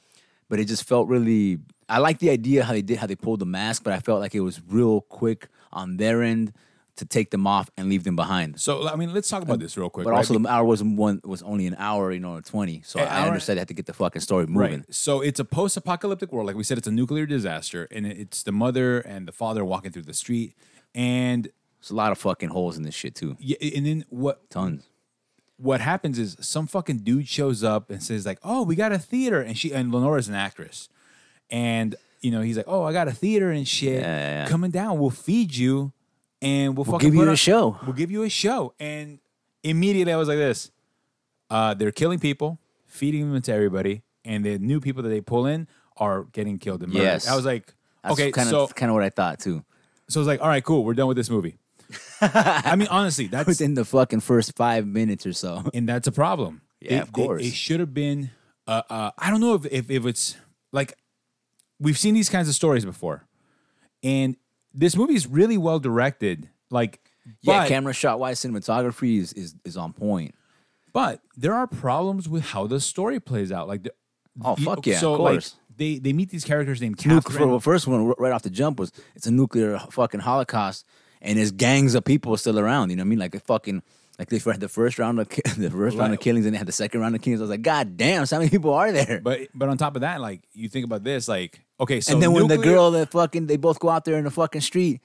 Speaker 2: but it just felt really. I like the idea how they did how they pulled the mask, but I felt like it was real quick on their end to take them off and leave them behind.
Speaker 1: so, I mean, let's talk about this real quick.
Speaker 2: But
Speaker 1: right?
Speaker 2: also, the hour wasn't one was only an hour, you know, or twenty. So
Speaker 1: An
Speaker 2: I
Speaker 1: hour-
Speaker 2: understood they had to get the fucking story moving.
Speaker 1: Right. So it's a post-apocalyptic world. Like we said, it's a nuclear disaster, and it- it's the mother and the father walking through the street, and
Speaker 2: It's a lot of fucking holes in this shit too.
Speaker 1: yeah, and then what
Speaker 2: Tons.
Speaker 1: what happens is some fucking dude shows up and says like, "Oh, we got a theater," and she and Lenora's an actress, and you know he's like, "Oh, I got a theater and shit
Speaker 2: yeah, yeah.
Speaker 1: coming down. We'll feed you, and we'll, fucking
Speaker 2: give
Speaker 1: put
Speaker 2: you a
Speaker 1: on-
Speaker 2: show."
Speaker 1: We'll give you a show." And immediately I was like, "This, uh, they're killing people, feeding them to everybody, and the new people that they pull in are getting killed and murdered."
Speaker 2: Yes.
Speaker 1: I was like,
Speaker 2: That's
Speaker 1: "Okay,
Speaker 2: kind
Speaker 1: so
Speaker 2: of kind of what I thought too.
Speaker 1: so I was like, all right, cool, we're done with this movie." I mean, honestly, that's
Speaker 2: Within the fucking first five minutes or so.
Speaker 1: and that's a problem.
Speaker 2: Yeah,
Speaker 1: It-
Speaker 2: of course.
Speaker 1: It, it should have been. Uh, uh, I don't know if, if if it's like we've seen these kinds of stories before, and this movie is really well directed. Like,
Speaker 2: Yeah,
Speaker 1: but,
Speaker 2: camera shot wise, cinematography is, is is on point.
Speaker 1: but there are problems with how the story plays out. Like, the,
Speaker 2: Oh fuck yeah,
Speaker 1: so
Speaker 2: of
Speaker 1: like,
Speaker 2: course.
Speaker 1: they they meet these characters named
Speaker 2: Nuke, for
Speaker 1: Catherine.
Speaker 2: the first one, r- right off the jump was it's a nuclear fucking holocaust, and there's gangs of people still around. You know what I mean? Like a fucking like they had the first round of ki- the first round
Speaker 1: Right.
Speaker 2: of killings, and they had the second round of killings. I was like, god damn, so how many people are there?
Speaker 1: But but on top of that, like you think about this, like okay, so
Speaker 2: and then when the
Speaker 1: nuclear-
Speaker 2: girl that fucking they both go out there in the fucking street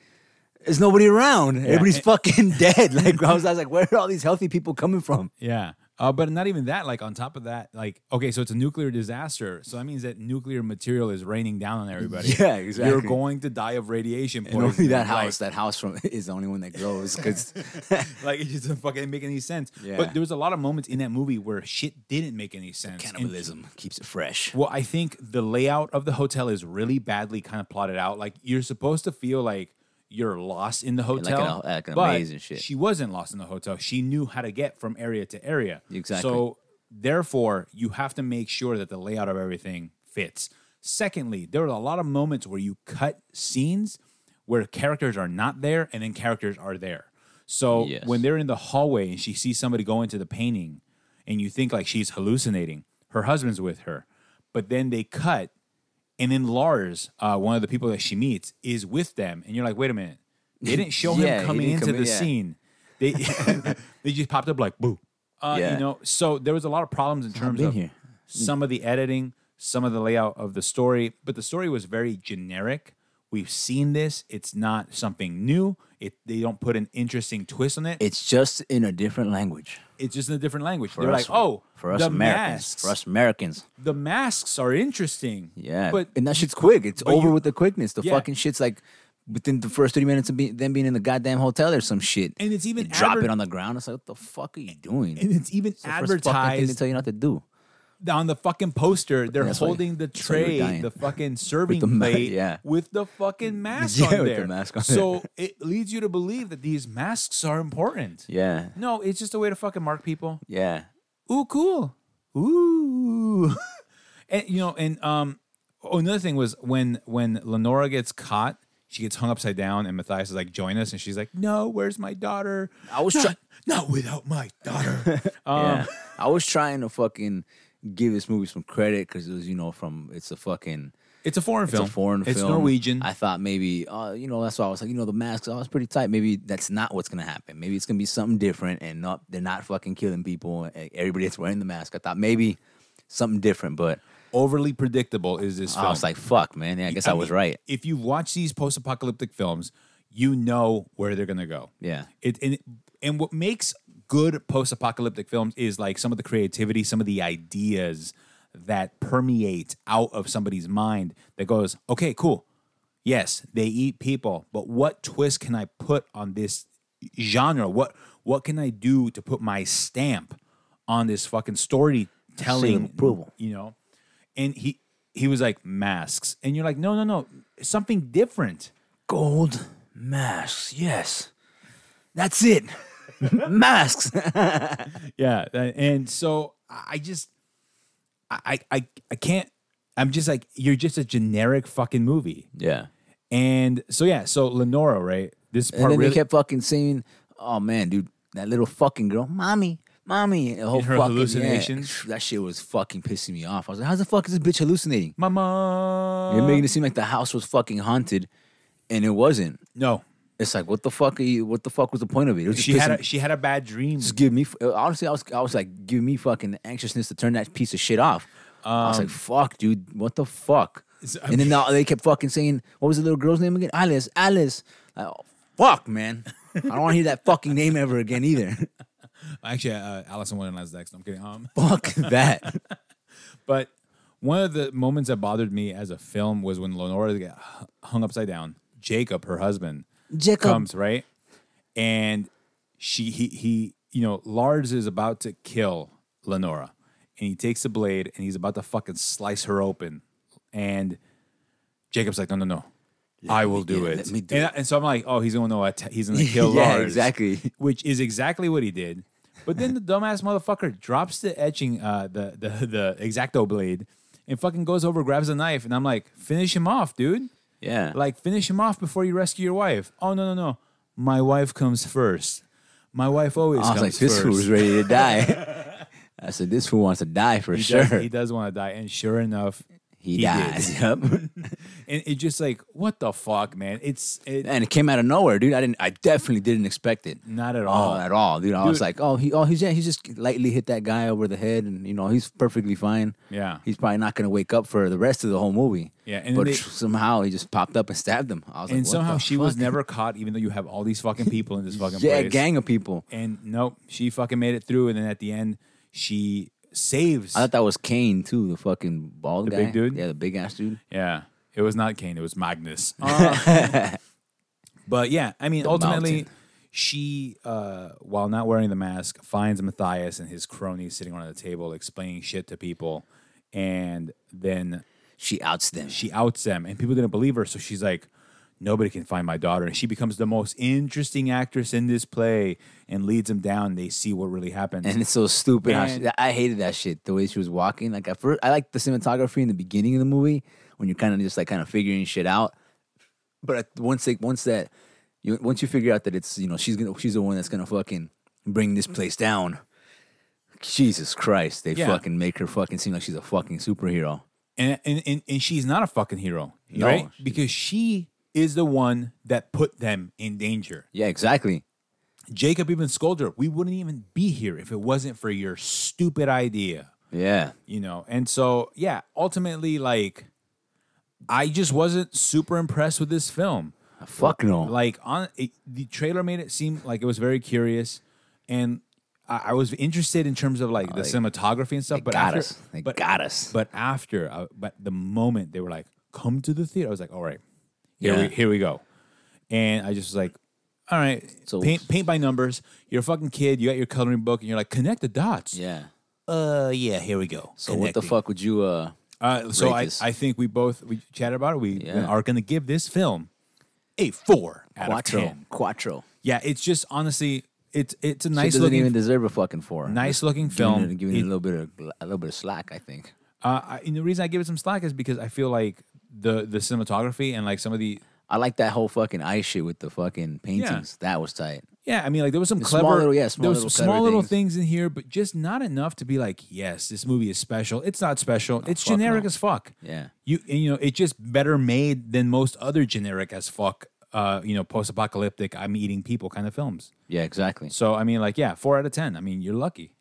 Speaker 2: there's nobody around everybody's fucking dead like I was, I was like where are all these healthy people coming from
Speaker 1: Yeah. Uh, but not even that. Like on top of that, like okay, so it's a nuclear disaster. So that means that nuclear material is raining down on everybody.
Speaker 2: Yeah,
Speaker 1: You're
Speaker 2: exactly.
Speaker 1: going to die of radiation
Speaker 2: And
Speaker 1: poisoning.
Speaker 2: only that
Speaker 1: Like,
Speaker 2: house, that house from is the only one that grows because
Speaker 1: like it just doesn't fucking make any sense.
Speaker 2: Yeah.
Speaker 1: But there was a lot of moments in that movie where shit didn't make any sense. And-
Speaker 2: cannibalism keeps it fresh.
Speaker 1: well, I think the layout of the hotel is really badly kind of plotted out. Like you're supposed to feel like you're lost in the
Speaker 2: like an-
Speaker 1: hotel.
Speaker 2: like an
Speaker 1: but
Speaker 2: maze and shit.
Speaker 1: She wasn't lost in the hotel. She knew how to get from area to area.
Speaker 2: Exactly.
Speaker 1: So therefore, you have to make sure that the layout of everything fits. Secondly, there were a lot of moments where you cut scenes where characters are not there and then characters are there. So
Speaker 2: Yes.
Speaker 1: when they're in the hallway and she sees somebody go into the painting and you think like she's hallucinating, her husband's with her. But then they cut and then Lars, uh, one of the people that she meets, is with them, and you're like, wait a minute, they didn't show
Speaker 2: Yeah,
Speaker 1: him
Speaker 2: he
Speaker 1: coming
Speaker 2: didn't
Speaker 1: into
Speaker 2: come in,
Speaker 1: the
Speaker 2: yeah.
Speaker 1: scene. They they just popped up like boo, uh,
Speaker 2: Yeah.
Speaker 1: you know. So there was a lot of problems in terms
Speaker 2: been
Speaker 1: of
Speaker 2: here. Mm.
Speaker 1: some of the editing, some of the layout of the story, but the story was very generic. We've seen this; it's not something new. It they don't put an interesting twist on it.
Speaker 2: It's just in a different language.
Speaker 1: It's just in a different language.
Speaker 2: For
Speaker 1: They're
Speaker 2: us,
Speaker 1: like, oh,
Speaker 2: for us
Speaker 1: the
Speaker 2: Americans,
Speaker 1: masks,
Speaker 2: for us Americans,
Speaker 1: the masks are interesting.
Speaker 2: yeah.
Speaker 1: but
Speaker 2: and that shit's quick. It's
Speaker 1: but
Speaker 2: over
Speaker 1: you-
Speaker 2: with the quickness. The
Speaker 1: Yeah.
Speaker 2: fucking shit's like within the first thirty minutes of be, them being in the goddamn hotel or some shit.
Speaker 1: And it's even
Speaker 2: They drop
Speaker 1: adver-
Speaker 2: it on the ground. It's like what the fuck are you doing?
Speaker 1: and it's even
Speaker 2: The first fucking thing they
Speaker 1: advertised
Speaker 2: tell you not to do.
Speaker 1: on the fucking poster, they're
Speaker 2: That's why-
Speaker 1: holding the
Speaker 2: that's why you're
Speaker 1: tray,
Speaker 2: dying.
Speaker 1: the fucking serving
Speaker 2: the ma-
Speaker 1: plate,
Speaker 2: yeah.
Speaker 1: with the fucking mask
Speaker 2: Yeah,
Speaker 1: on
Speaker 2: with the
Speaker 1: there.
Speaker 2: mask on
Speaker 1: so it leads you to believe that these masks are important.
Speaker 2: Yeah,
Speaker 1: No, it's just a way to fucking mark people.
Speaker 2: yeah.
Speaker 1: Ooh, cool. Ooh, and you know, and um, oh, another thing was when when Lenora gets caught. She gets hung upside down, and Matthias is like, "Join us," and she's like, "No, where's my daughter?
Speaker 2: I was
Speaker 1: not,
Speaker 2: try-
Speaker 1: not without my daughter." Um,
Speaker 2: yeah. I was trying to fucking give this movie some credit because it was, you know, from it's a fucking
Speaker 1: it's a foreign
Speaker 2: it's
Speaker 1: film.
Speaker 2: a foreign
Speaker 1: It's
Speaker 2: film.
Speaker 1: Norwegian.
Speaker 2: I thought maybe, uh, you know, that's why I was like, you know, the masks, oh, it's pretty tight. Maybe that's not what's gonna happen. Maybe it's gonna be something different, and not they're not fucking killing people. And everybody that's wearing the mask, I thought maybe something different, but
Speaker 1: overly predictable is this film.
Speaker 2: Oh, I was like, fuck, man. Yeah, I guess I, was
Speaker 1: mean,
Speaker 2: right.
Speaker 1: If you watch these post-apocalyptic films, you know where they're gonna go.
Speaker 2: Yeah.
Speaker 1: It and and what makes good post-apocalyptic films is like some of the creativity, some of the ideas that permeate out of somebody's mind that goes, okay, cool. Yes, they eat people, but what twist can I put on this genre? What what can I do to put my stamp on this fucking storytelling
Speaker 2: approval.
Speaker 1: You know, and he he was like masks, and you're like, no, no, no, something different.
Speaker 2: Gold masks, yes. That's it. masks.
Speaker 1: Yeah, a- and so I I just I I I can't. I'm just like you're just a generic fucking movie,
Speaker 2: yeah.
Speaker 1: and so yeah, so Lenora, right? This
Speaker 2: And
Speaker 1: part
Speaker 2: then
Speaker 1: really
Speaker 2: they kept fucking saying, "Oh man, dude, that little fucking girl, mommy, mommy." The whole
Speaker 1: her
Speaker 2: fucking,
Speaker 1: hallucinations?
Speaker 2: Yeah, that shit was fucking pissing me off. I was like, "How the fuck is this bitch hallucinating?"
Speaker 1: Mama.
Speaker 2: They're making it seem like the house was fucking haunted, and it wasn't.
Speaker 1: no,
Speaker 2: It's like, what the fuck? Are you, what the fuck was the point of it? It was just
Speaker 1: she had
Speaker 2: pissing-
Speaker 1: a, she had a bad dream.
Speaker 2: just give me. uh, Honestly, I was I was like, give me fucking anxiousness to turn that piece of shit off. I
Speaker 1: Um,
Speaker 2: was like, fuck, dude, what the fuck?
Speaker 1: So-
Speaker 2: And then now they kept fucking saying, what was the little girl's name again? Alice, Alice. Like, oh, fuck, man. I don't want to hear that fucking name ever again either.
Speaker 1: Actually, uh, Alice in Wonderland's next. I'm kidding. Um,
Speaker 2: fuck that.
Speaker 1: But one of the moments that bothered me as a film was when Lenora got hu- hung upside down. Jacob, her husband,
Speaker 2: Jacob.
Speaker 1: comes right, and she he he you know Lars is about to kill Lenora, and he takes a blade and he's about to fucking slice her open, and Jacob's like, no no no. I will do
Speaker 2: yeah,
Speaker 1: it.
Speaker 2: let me do
Speaker 1: and, I- and so I'm like, oh, he's gonna know. atta- He's gonna kill
Speaker 2: Yeah,
Speaker 1: Lars.
Speaker 2: exactly.
Speaker 1: Which is exactly what he did. But then the dumbass motherfucker drops the etching, uh, the the the exacto blade, and fucking goes over, grabs a knife, and I'm like, finish him off, dude.
Speaker 2: Yeah.
Speaker 1: Like finish him off before you rescue your wife. Oh no no no, my wife comes first. My wife always
Speaker 2: I was
Speaker 1: comes
Speaker 2: like, this
Speaker 1: first.
Speaker 2: fool was ready to die. I said, this fool wants to die for
Speaker 1: he
Speaker 2: sure.
Speaker 1: does, he does want to die, and sure enough,
Speaker 2: he,
Speaker 1: did.
Speaker 2: dies. Yep.
Speaker 1: And it's just like, what the fuck, man? It's it,
Speaker 2: and it came out of nowhere, dude. I didn't. I definitely didn't expect it.
Speaker 1: not at all.
Speaker 2: Oh, at all, dude. I was
Speaker 1: Uh, Dude.
Speaker 2: like, oh, he, oh, he's yeah, he's just lightly hit that guy over the head, and you know, he's perfectly fine.
Speaker 1: Yeah.
Speaker 2: he's probably not gonna wake up for the rest of the whole movie.
Speaker 1: Yeah, and
Speaker 2: but
Speaker 1: they-
Speaker 2: somehow he just popped up and stabbed him. I was like,
Speaker 1: and
Speaker 2: what
Speaker 1: somehow
Speaker 2: the
Speaker 1: she was
Speaker 2: fuck?
Speaker 1: never caught, even though you have all these fucking people in this fucking
Speaker 2: yeah,
Speaker 1: place.
Speaker 2: gang of people.
Speaker 1: And nope, she fucking made it through. And then at the end, she saves.
Speaker 2: I thought that was Kane too, the fucking bald
Speaker 1: The
Speaker 2: guy.
Speaker 1: big dude?
Speaker 2: Yeah, the big ass dude.
Speaker 1: yeah, it was not Kane. It was Magnus. Uh, but yeah, I mean, ultimately,
Speaker 2: Oh. mountain.
Speaker 1: she, uh, while not wearing the mask, finds Matthias and his cronies sitting around the table explaining shit to people, and then
Speaker 2: She outs them.
Speaker 1: she outs them and people didn't believe her so she's like nobody can find my daughter and she becomes the most interesting actress in this play and leads them down they see what really happens
Speaker 2: and it's so stupid. How
Speaker 1: Man.
Speaker 2: she, I hated that shit. The way she was walking. Like at first, I liked the cinematography in the beginning of the movie when you're kind of just like kind of figuring shit out. But at- once they, once that you once you figure out that it's you know she's gonna she's the one that's gonna fucking bring this place down. Jesus Christ! They
Speaker 1: Yeah.
Speaker 2: fucking make her fucking seem like she's a fucking superhero.
Speaker 1: and, and, and, and she's not a fucking hero
Speaker 2: No,
Speaker 1: right
Speaker 2: she-
Speaker 1: because she is the one that put them in danger
Speaker 2: Yeah, exactly.
Speaker 1: jacob even scolded her we wouldn't even be here if it wasn't for your stupid idea
Speaker 2: Yeah,
Speaker 1: you know and so yeah ultimately like i just wasn't super impressed with this film
Speaker 2: fuck no.
Speaker 1: like on it, the trailer made it seem like it was very curious and I, I was interested in terms of like the cinematography and stuff but
Speaker 2: got
Speaker 1: after,
Speaker 2: us. They
Speaker 1: but,
Speaker 2: got us.
Speaker 1: but after uh, but the moment they were like come to the theater i was like all right here,
Speaker 2: Yeah.
Speaker 1: we, here we go and i just was like all right
Speaker 2: So-
Speaker 1: paint, paint by numbers you're a fucking kid you got your coloring book and you're like connect the dots
Speaker 2: yeah.
Speaker 1: uh yeah here we go
Speaker 2: So what the
Speaker 1: Connecting.
Speaker 2: fuck would you uh?
Speaker 1: uh, so I,
Speaker 2: Rakes.
Speaker 1: I think we both we chatted about it we
Speaker 2: Yeah.
Speaker 1: are going to give this film a four out of
Speaker 2: Quattro,
Speaker 1: ten
Speaker 2: quattro.
Speaker 1: yeah, it's just honestly, it's it's a
Speaker 2: Nice
Speaker 1: nice
Speaker 2: doesn't
Speaker 1: looking,
Speaker 2: even deserve a fucking four.
Speaker 1: nice looking
Speaker 2: giving
Speaker 1: film.
Speaker 2: it, giving it
Speaker 1: It-
Speaker 2: a little bit of gl- a little bit of slack. I think.
Speaker 1: uh, I, and the reason I give it some slack is because I feel like the the cinematography and like some of the
Speaker 2: I like that whole fucking ice shit with the fucking paintings. That was tight.
Speaker 1: yeah, I mean like there was some
Speaker 2: small
Speaker 1: clever
Speaker 2: little- yeah,
Speaker 1: there
Speaker 2: small
Speaker 1: was
Speaker 2: little
Speaker 1: some
Speaker 2: clever
Speaker 1: small little
Speaker 2: things.
Speaker 1: things in here, but just not enough to be like yes, this movie is special. It's not special. it's
Speaker 2: fuck
Speaker 1: generic
Speaker 2: no.
Speaker 1: as fuck.
Speaker 2: Yeah.
Speaker 1: you and, you know it's just better made than most other generic as fuck. Uh, you know, post apocalyptic, I'm eating people kind of films.
Speaker 2: Yeah, exactly.
Speaker 1: So I mean, like, yeah, four out of ten. I mean, you're lucky.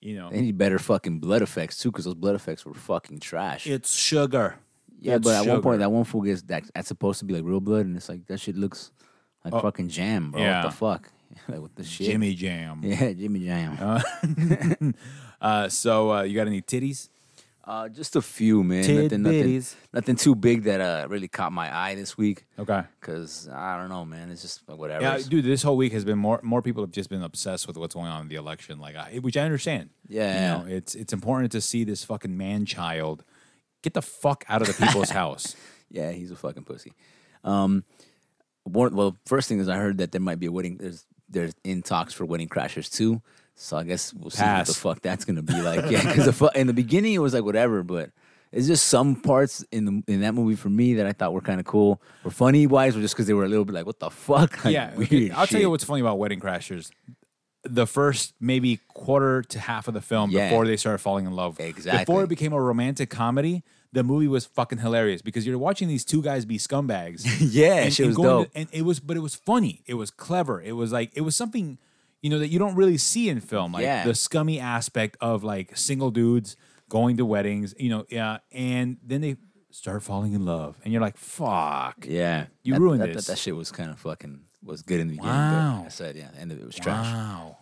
Speaker 1: you know,
Speaker 2: They need better fucking blood effects too, because those blood effects were fucking trash.
Speaker 1: It's sugar.
Speaker 2: yeah,
Speaker 1: It's
Speaker 2: but at one
Speaker 1: sugar.
Speaker 2: point that one fool gets that that's supposed to be like real blood, and it's like that shit looks like fucking jam, bro.
Speaker 1: Oh, yeah.
Speaker 2: What the fuck? like what the shit?
Speaker 1: Jimmy Uh-huh. Jam.
Speaker 2: Yeah, Jimmy Jam.
Speaker 1: Uh, so uh, you got any titties?
Speaker 2: Uh, just a few, man. Nothing, nothing,
Speaker 1: Tidbitties.
Speaker 2: nothing too big that uh really caught my eye this week.
Speaker 1: Okay.
Speaker 2: Cause I don't know, man. It's just like whatever.
Speaker 1: Yeah,
Speaker 2: It's-
Speaker 1: dude. This whole week has been more. More people have just been obsessed with what's going on in the election, like I, which I understand.
Speaker 2: Yeah.
Speaker 1: you know, it's it's important to see this fucking man child get the fuck out of the people's house.
Speaker 2: Yeah, he's a fucking pussy. Um, one, well, first thing is I heard that there might be a wedding. There's there's in talks for Wedding Crashers too. So I guess we'll see what the
Speaker 1: Pass.
Speaker 2: fuck that's gonna be like. yeah, because fu- in the beginning it was like whatever, but it's just some parts in the in that movie for me that I thought were kind of cool, were funny wise, or just because they were a little bit like what the fuck. Like,
Speaker 1: yeah,
Speaker 2: weird
Speaker 1: okay, I'll tell
Speaker 2: shit.
Speaker 1: you what's funny about Wedding Crashers. The first maybe quarter to half of the film
Speaker 2: Yeah.
Speaker 1: before they started falling in love. Before
Speaker 2: Exactly.
Speaker 1: it became a romantic comedy, the movie was fucking hilarious because you're watching these two guys be scumbags.
Speaker 2: Yeah, shit was
Speaker 1: going to-
Speaker 2: dope.
Speaker 1: and it was, but it was funny. It was clever. It was like it was something, you know, that you don't really see in film, like
Speaker 2: Yeah.
Speaker 1: the scummy aspect of like single dudes going to weddings, you know, yeah, and then they start falling in love, and you're like, fuck,
Speaker 2: Yeah,
Speaker 1: You
Speaker 2: That-
Speaker 1: ruined
Speaker 2: that,
Speaker 1: this.
Speaker 2: That, that shit was kind of fucking was good in the beginning.
Speaker 1: Wow.
Speaker 2: But I said yeah, and it was trash.
Speaker 1: wow,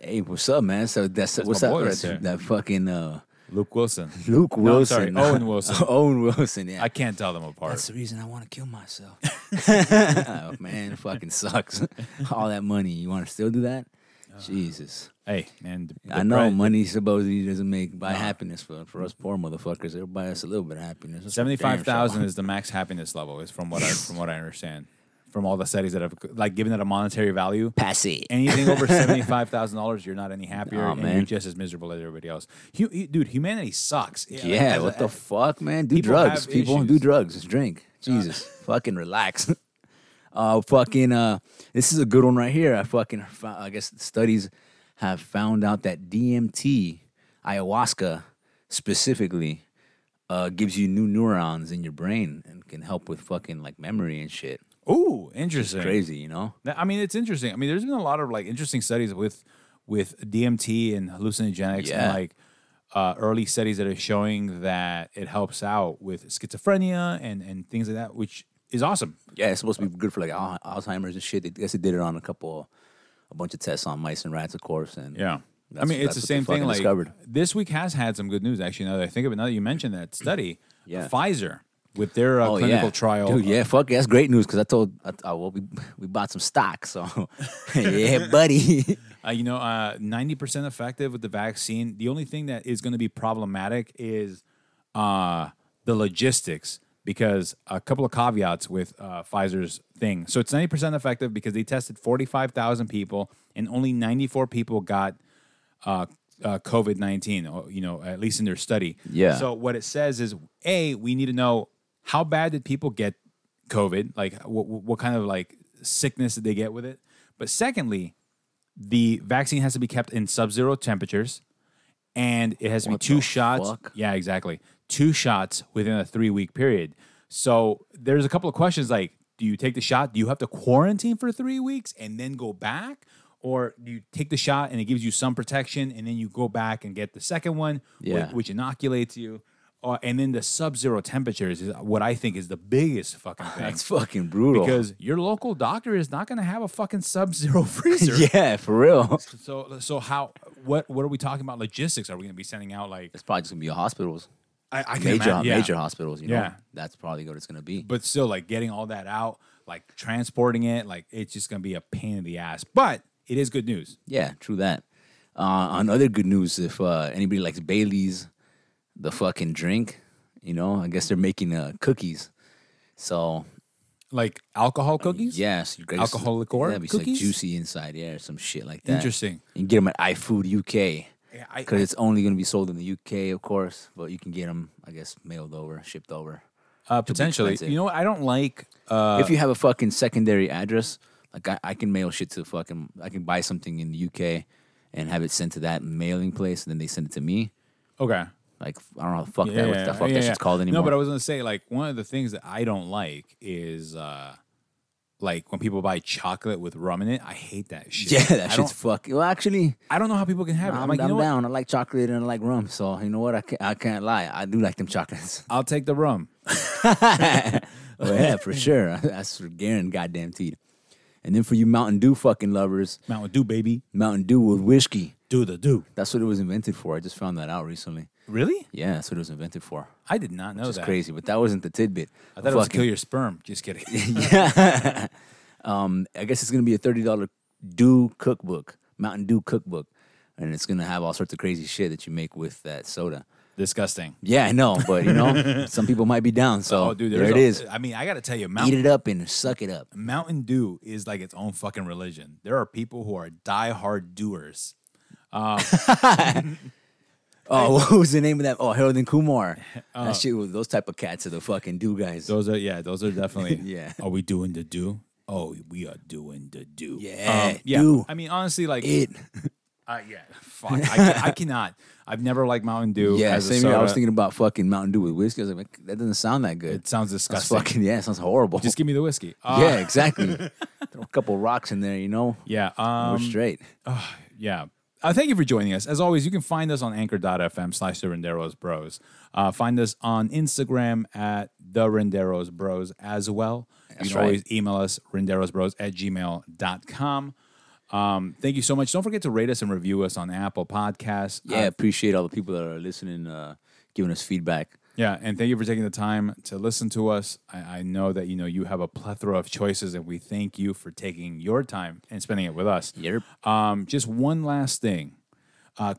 Speaker 2: Hey, what's up, man? So that's, what's
Speaker 1: my
Speaker 2: that?
Speaker 1: boy right
Speaker 2: that's-
Speaker 1: there.
Speaker 2: that fucking. uh
Speaker 1: Luke Wilson.
Speaker 2: Luke
Speaker 1: No, I'm sorry,
Speaker 2: Wilson.
Speaker 1: Owen Wilson.
Speaker 2: Owen Wilson, yeah.
Speaker 1: I can't tell them apart.
Speaker 2: That's the reason I want to kill myself. oh, man, it fucking sucks. All that money. You want to still do that? Jesus.
Speaker 1: Hey, man. the- the
Speaker 2: I know
Speaker 1: pre-
Speaker 2: money supposedly doesn't make buy happiness for, for us poor motherfuckers. It'll buy us a little bit of happiness. That's for damn
Speaker 1: Seventy-five thousand
Speaker 2: sure.
Speaker 1: is the max happiness level. Is from what I from what I understand, from all the studies that have like given it a monetary value.
Speaker 2: Passy.
Speaker 1: Anything over seventy-five thousand dollars, you're not any happier,
Speaker 2: Nah,
Speaker 1: and you're
Speaker 2: man.
Speaker 1: just as miserable as everybody else. Hu- hu- dude, humanity sucks.
Speaker 2: Yeah,
Speaker 1: as a-
Speaker 2: what the fuck, man? Do
Speaker 1: people
Speaker 2: drugs,
Speaker 1: have
Speaker 2: people.
Speaker 1: issues.
Speaker 2: Do drugs. Just drink. Jesus, fucking relax. uh, fucking. Uh, this is a good one right here. I fucking. fo- I guess studies have found out that DMT, ayahuasca, specifically, uh, gives you new neurons in your brain and can help with fucking like memory and shit.
Speaker 1: Ooh, interesting.
Speaker 2: Crazy, you know.
Speaker 1: Now, I mean, it's interesting. I mean, there's been a lot of like interesting studies with with DMT and hallucinogenics
Speaker 2: Yeah.
Speaker 1: and like uh, early studies that are showing that it helps out with schizophrenia and and things like that, which is awesome.
Speaker 2: Yeah, it's supposed to be good for like Al- Alzheimer's and shit. I guess they did it on a couple, a bunch of tests on mice and rats, of course. And
Speaker 1: Yeah. I
Speaker 2: that's-
Speaker 1: mean, it's
Speaker 2: that's
Speaker 1: the
Speaker 2: what they
Speaker 1: same thing.
Speaker 2: fucking
Speaker 1: Like
Speaker 2: discovered.
Speaker 1: this week has had some good news. Actually, now that I think of it, now that you mentioned that study,
Speaker 2: Yeah.
Speaker 1: Pfizer with their uh,
Speaker 2: Oh,
Speaker 1: clinical
Speaker 2: yeah.
Speaker 1: trial. uh,
Speaker 2: Dude, yeah, fuck, that's great news because I told, I, I, well, we we bought some stock, so yeah, buddy.
Speaker 1: Uh, you know, uh, 90% effective with the vaccine. The only thing that is going to be problematic is uh, the logistics because a couple of caveats with uh, Pfizer's thing. So it's 90% effective because they tested 45,000 people and only 94 people got uh, uh, COVID 19, you know, at least in their study.
Speaker 2: Yeah.
Speaker 1: So what it says is A, we need to know how bad did people get COVID? Like, what, what kind of like sickness did they get with it? But secondly, the vaccine has to be kept in sub-zero temperatures and it has to
Speaker 2: What
Speaker 1: be two
Speaker 2: the
Speaker 1: shots
Speaker 2: fuck?
Speaker 1: yeah exactly two shots within a three week period so there's a couple of questions like do you take the shot do you have to quarantine for three weeks and then go back or do you take the shot and it gives you some protection and then you go back and get the second one whi-
Speaker 2: Yeah.
Speaker 1: which inoculates you uh, and then the sub-zero temperatures is what i think is the biggest fucking thing
Speaker 2: That's fucking brutal.
Speaker 1: because your local doctor is not going to have a fucking sub-zero freezer
Speaker 2: yeah, for real.
Speaker 1: so so how what what are we talking about logistics? Are we going to be sending out like
Speaker 2: It's probably just gonna be hospitals,
Speaker 1: I, I
Speaker 2: major
Speaker 1: imagine- yeah.
Speaker 2: major hospitals. You know,
Speaker 1: Yeah.
Speaker 2: that's probably what it's gonna be.
Speaker 1: but still like getting all that out, like transporting it, like it's just going to be a pain in the ass. But it is good news.
Speaker 2: Yeah, true that. Uh, on other good news, if uh, anybody likes Bailey's, the fucking drink, you know, I guess they're making uh, cookies. So
Speaker 1: Like alcohol cookies.
Speaker 2: yes, you guys,
Speaker 1: Alcohol liqueur
Speaker 2: Yeah, it's
Speaker 1: cookies?
Speaker 2: like juicy inside, yeah, or some shit like that.
Speaker 1: Interesting.
Speaker 2: You can get them at iFood UK
Speaker 1: Yeah, I-
Speaker 2: because it's only gonna be sold in the UK, of course. But you can get them, I guess, mailed over, shipped over.
Speaker 1: Uh, potentially.
Speaker 2: expensive.
Speaker 1: You know what? I don't like. Uh,
Speaker 2: if you have a fucking secondary address, like I, I can mail shit to fucking I can buy something in the UK and have it sent to that mailing place and then they send it to me.
Speaker 1: okay.
Speaker 2: Like I don't know how the fuck that, what the fuck
Speaker 1: yeah,
Speaker 2: that
Speaker 1: yeah.
Speaker 2: shit's called anymore.
Speaker 1: No, but I was gonna say like one of the things that I don't like is uh like when people buy chocolate with rum in it. I hate that shit.
Speaker 2: yeah, that
Speaker 1: I
Speaker 2: shit's
Speaker 1: don't,
Speaker 2: fuck. Well, actually,
Speaker 1: I don't know how people can have it. I'm
Speaker 2: I'm,
Speaker 1: like, you
Speaker 2: I'm
Speaker 1: know what?
Speaker 2: down. I like chocolate and I like rum, so you know what? I can't, I can't lie. I do like them chocolates.
Speaker 1: I'll take the rum.
Speaker 2: Oh, yeah, for sure. That's for Garen, goddamn teed. And then for you Mountain Dew fucking lovers,
Speaker 1: Mountain Dew, baby.
Speaker 2: Mountain Dew with whiskey.
Speaker 1: Do the do.
Speaker 2: That's what it was invented for. I just found that out recently.
Speaker 1: Really?
Speaker 2: Yeah, that's what it was invented for.
Speaker 1: I did not know
Speaker 2: It's
Speaker 1: that.
Speaker 2: crazy, but that wasn't the tidbit.
Speaker 1: I thought it was kill your sperm. Just kidding.
Speaker 2: um, I guess it's gonna be a thirty dollar Dew cookbook, Mountain Dew cookbook, and it's gonna have all sorts of crazy shit that you make with that soda.
Speaker 1: Disgusting.
Speaker 2: Yeah, I know, but you know, some people might be down. So
Speaker 1: Oh, dude,
Speaker 2: there it
Speaker 1: there's
Speaker 2: is.
Speaker 1: a- I mean, I gotta tell you,
Speaker 2: Eat
Speaker 1: Mountain
Speaker 2: it up and suck it up.
Speaker 1: Mountain Dew is like its own fucking religion. There are people who are diehard doers.
Speaker 2: Oh, what was the name of that? Oh, Harold and Kumar. that shit was those type of cats are the fucking Dew guys.
Speaker 1: Oh. Those are yeah, those are definitely
Speaker 2: Yeah.
Speaker 1: Are we doing the do? Oh, we are doing the do.
Speaker 2: Yeah,
Speaker 1: yeah.
Speaker 2: do.
Speaker 1: I mean, honestly, like
Speaker 2: it.
Speaker 1: Uh, yeah, fuck. I, can, I cannot. I've never liked Mountain Dew.
Speaker 2: Yeah,
Speaker 1: as a
Speaker 2: same here. I was
Speaker 1: soda.
Speaker 2: thinking about fucking Mountain Dew with whiskey. I was like, that doesn't sound that good.
Speaker 1: It sounds
Speaker 2: That's
Speaker 1: disgusting.
Speaker 2: fucking yeah, it sounds horrible.
Speaker 1: Just give me the whiskey. Uh,
Speaker 2: yeah, exactly. Throw a couple rocks in there, you know.
Speaker 1: yeah.
Speaker 2: We're
Speaker 1: Um,
Speaker 2: straight.
Speaker 1: Yeah. Uh, thank you for joining us. As always, you can find us on anchor.fm slash the Renderos Bros. Uh, find us on Instagram at the Renderos Bros as well. you can
Speaker 2: right.
Speaker 1: always email us, renderosbros at gmail.com. Um, thank you so much. Don't forget to rate us and review us on Apple Podcasts.
Speaker 2: Yeah,
Speaker 1: Uh,
Speaker 2: appreciate all the people that are listening, uh, giving us feedback.
Speaker 1: yeah. And thank you for taking the time to listen to us. I, I know that, you know, you have a plethora of choices and we thank you for taking your time and spending it with us.
Speaker 2: Yep.
Speaker 1: Um, just one last thing, uh,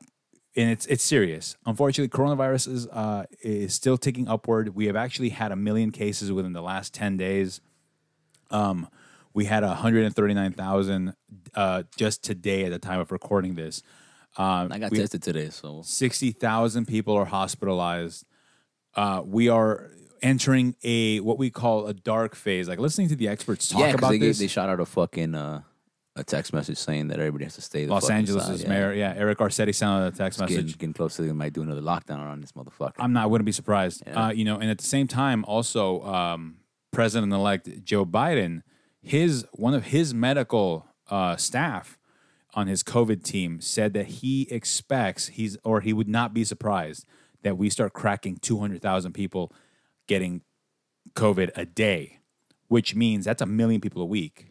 Speaker 1: and it's it's serious. Unfortunately, coronavirus is uh, is still ticking upward. We have actually had a million cases within the last ten days. Um, we had hundred and thirty nine thousand uh, just today at the time of recording this. Um,
Speaker 2: I got
Speaker 1: we-
Speaker 2: tested today, so
Speaker 1: sixty thousand people are hospitalized. Uh, we are entering a what we call a dark phase. Like listening to the experts talk
Speaker 2: yeah, 'cause
Speaker 1: about
Speaker 2: they, gave-
Speaker 1: this.
Speaker 2: they shot out a fucking uh, a text message saying that everybody has to stay. The
Speaker 1: Los
Speaker 2: fuck
Speaker 1: Angeles
Speaker 2: inside,
Speaker 1: is
Speaker 2: yeah.
Speaker 1: mayor, yeah. Eric Garcetti sent out a text
Speaker 2: Getting,
Speaker 1: message.
Speaker 2: getting close to they might do another lockdown around this motherfucker.
Speaker 1: I'm not. Wouldn't be surprised. Uh, you know, and at the same time, also um, President-elect Joe Biden, his one of his medical uh, staff on his COVID team said that he expects he's or he would not be surprised that we start cracking 200,000 people getting COVID a day, which means that's a million people a week.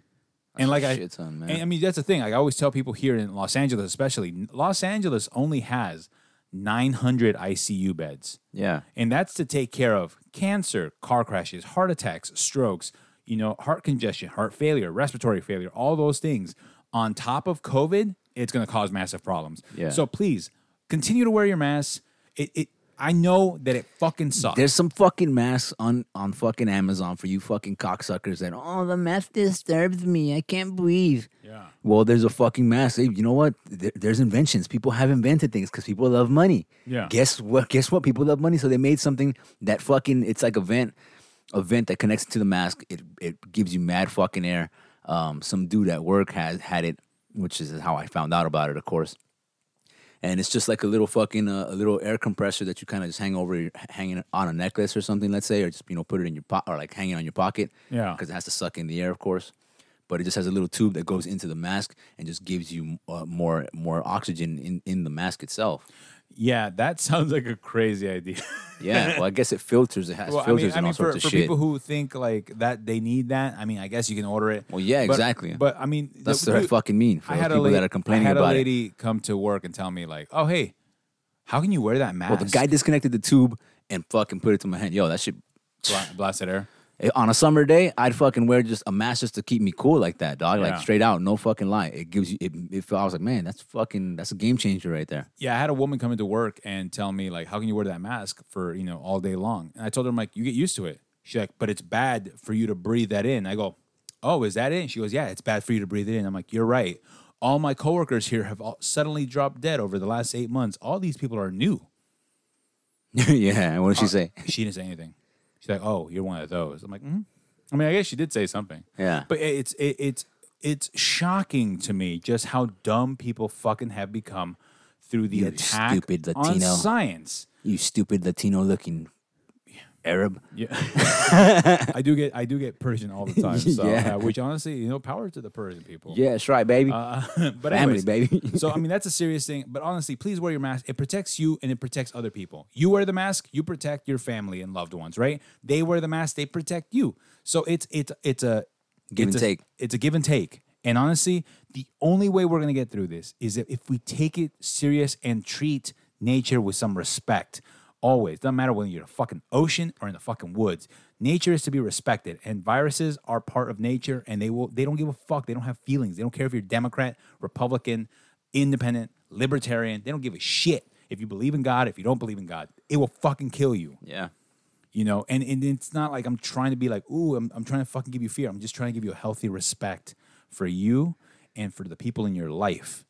Speaker 1: and like I,
Speaker 2: shit ton, man.
Speaker 1: and I mean that's the thing. Like I always tell people here in Los Angeles, especially Los Angeles, only has 900 ICU beds.
Speaker 2: Yeah.
Speaker 1: And that's to take care of cancer, car crashes, heart attacks, strokes, you know, heart congestion, heart failure, respiratory failure, all those things. On top of COVID, it's going to cause massive problems.
Speaker 2: Yeah.
Speaker 1: So please continue to wear your mask. It, it I know that it fucking sucks.
Speaker 2: There's some fucking masks on on fucking Amazon for you fucking cocksuckers that oh the mask disturbs me I can't breathe.
Speaker 1: Yeah.
Speaker 2: Well, there's a fucking mask. Hey, you know what? There, there's inventions. People have invented things because people love money.
Speaker 1: Yeah.
Speaker 2: Guess what? Guess what? People love money, so they made something that fucking it's like a vent, a vent that connects to the mask. It it gives you mad fucking air. Um, some dude at work has had it, which is how I found out about it, of course and it's just like a little fucking uh, a little air compressor that you kind of just hang over your, hanging on a necklace or something let's say or just you know put it in your pocket or like hang it on your pocket
Speaker 1: Yeah.
Speaker 2: because it has to suck in the air of course but it just has a little tube that goes into the mask and just gives you uh, more more oxygen in, in the mask itself
Speaker 1: yeah, that sounds like a crazy idea.
Speaker 2: yeah well i guess it filters it has filters and all
Speaker 1: for,
Speaker 2: sorts
Speaker 1: for
Speaker 2: of shit
Speaker 1: people who think like that they need that, I mean, I guess you can order it.
Speaker 2: Well, yeah,
Speaker 1: But-
Speaker 2: exactly.
Speaker 1: But I mean,
Speaker 2: that's
Speaker 1: the-
Speaker 2: what i
Speaker 1: dude,
Speaker 2: fucking mean for
Speaker 1: I
Speaker 2: those
Speaker 1: had a
Speaker 2: people
Speaker 1: lady,
Speaker 2: that are complaining
Speaker 1: I had
Speaker 2: about
Speaker 1: a
Speaker 2: it
Speaker 1: lady come to work and tell me like, "Oh, hey, how can you wear that mask?"
Speaker 2: well the guy disconnected the tube and fucking put it to my hand yo that shit
Speaker 1: Bla- blasted air.
Speaker 2: Eh, on a summer day, I'd fucking wear just a mask just to keep me cool like that, dog.
Speaker 1: Yeah.
Speaker 2: Like straight out, no fucking lie. It gives you. It, it felt, I was like, man, that's fucking. That's a game changer right there.
Speaker 1: Yeah, I had a woman come into work and tell me like, "How can you wear that mask for you know all day long?" And I told her, "I'm like, you get used to it." She's like, "But it's bad for you to breathe that in." I go, "Oh, is that it?" And she goes, "Yeah, it's bad for you to breathe it in." I'm like, "You're right." All my coworkers here have all suddenly dropped dead over the last eight months. All these people are new.
Speaker 2: yeah. And what did she say?
Speaker 1: She didn't say anything. She's like, "Oh, you're one of those." I'm like, mm I mean, I guess she did say something.
Speaker 2: Yeah.
Speaker 1: But it- it's it, it's it's shocking to me just how dumb people fucking have become through the
Speaker 2: You
Speaker 1: attack
Speaker 2: stupid
Speaker 1: on
Speaker 2: Latino.
Speaker 1: science.
Speaker 2: You stupid Latino looking Arab.
Speaker 1: Yeah. I do get I do get Persian all the time. So,
Speaker 2: Yeah.
Speaker 1: uh, which honestly, you know, power to the Persian people.
Speaker 2: Yeah, that's right, baby.
Speaker 1: Uh, but
Speaker 2: Family,
Speaker 1: anyways,
Speaker 2: baby.
Speaker 1: so I mean, that's a serious thing. But honestly, please wear your mask. It protects you and it protects other people. You wear the mask, you protect your family and loved ones, right? They wear the mask, they protect you. So it's it's it's a
Speaker 2: Give
Speaker 1: it's
Speaker 2: and
Speaker 1: a-
Speaker 2: take.
Speaker 1: It's a give and take. And honestly, the only way we're gonna get through this is if, if we take it serious and treat nature with some respect. Always. Doesn't matter whether you're in a fucking ocean or in the fucking woods. Nature is to be respected. And viruses are part of nature and they will they don't give a fuck. They don't have feelings. They don't care if you're Democrat, Republican, independent, libertarian. They don't give a shit. If you believe in God, if you don't believe in God, it will fucking kill you
Speaker 2: yeah.
Speaker 1: you know and, and it's not like i'm trying to be like ooh I'm, I'm trying to fucking give you fear i'm just trying to give you a healthy respect for you and for the people in your life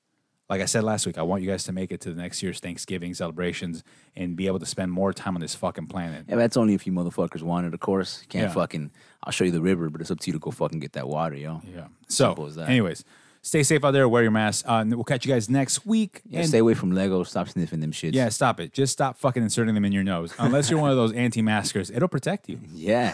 Speaker 1: like i said last week i want you guys to make it to the next year's thanksgiving celebrations and be able to spend more time on this fucking planet
Speaker 2: Yeah, that's only if you motherfuckers want it, of course. You can't
Speaker 1: Yeah.
Speaker 2: fucking. I'll show you the river, but it's up to you to go fucking get that water, yo.
Speaker 1: yeah so
Speaker 2: Simple as that.
Speaker 1: anyways stay safe out there wear your mask uh, and we'll catch you guys next week
Speaker 2: Yeah,
Speaker 1: and
Speaker 2: stay away from Legos. Stop sniffing them shits.
Speaker 1: yeah stop it just stop fucking inserting them in your nose unless you're one of those anti-maskers it'll protect you
Speaker 2: Yeah.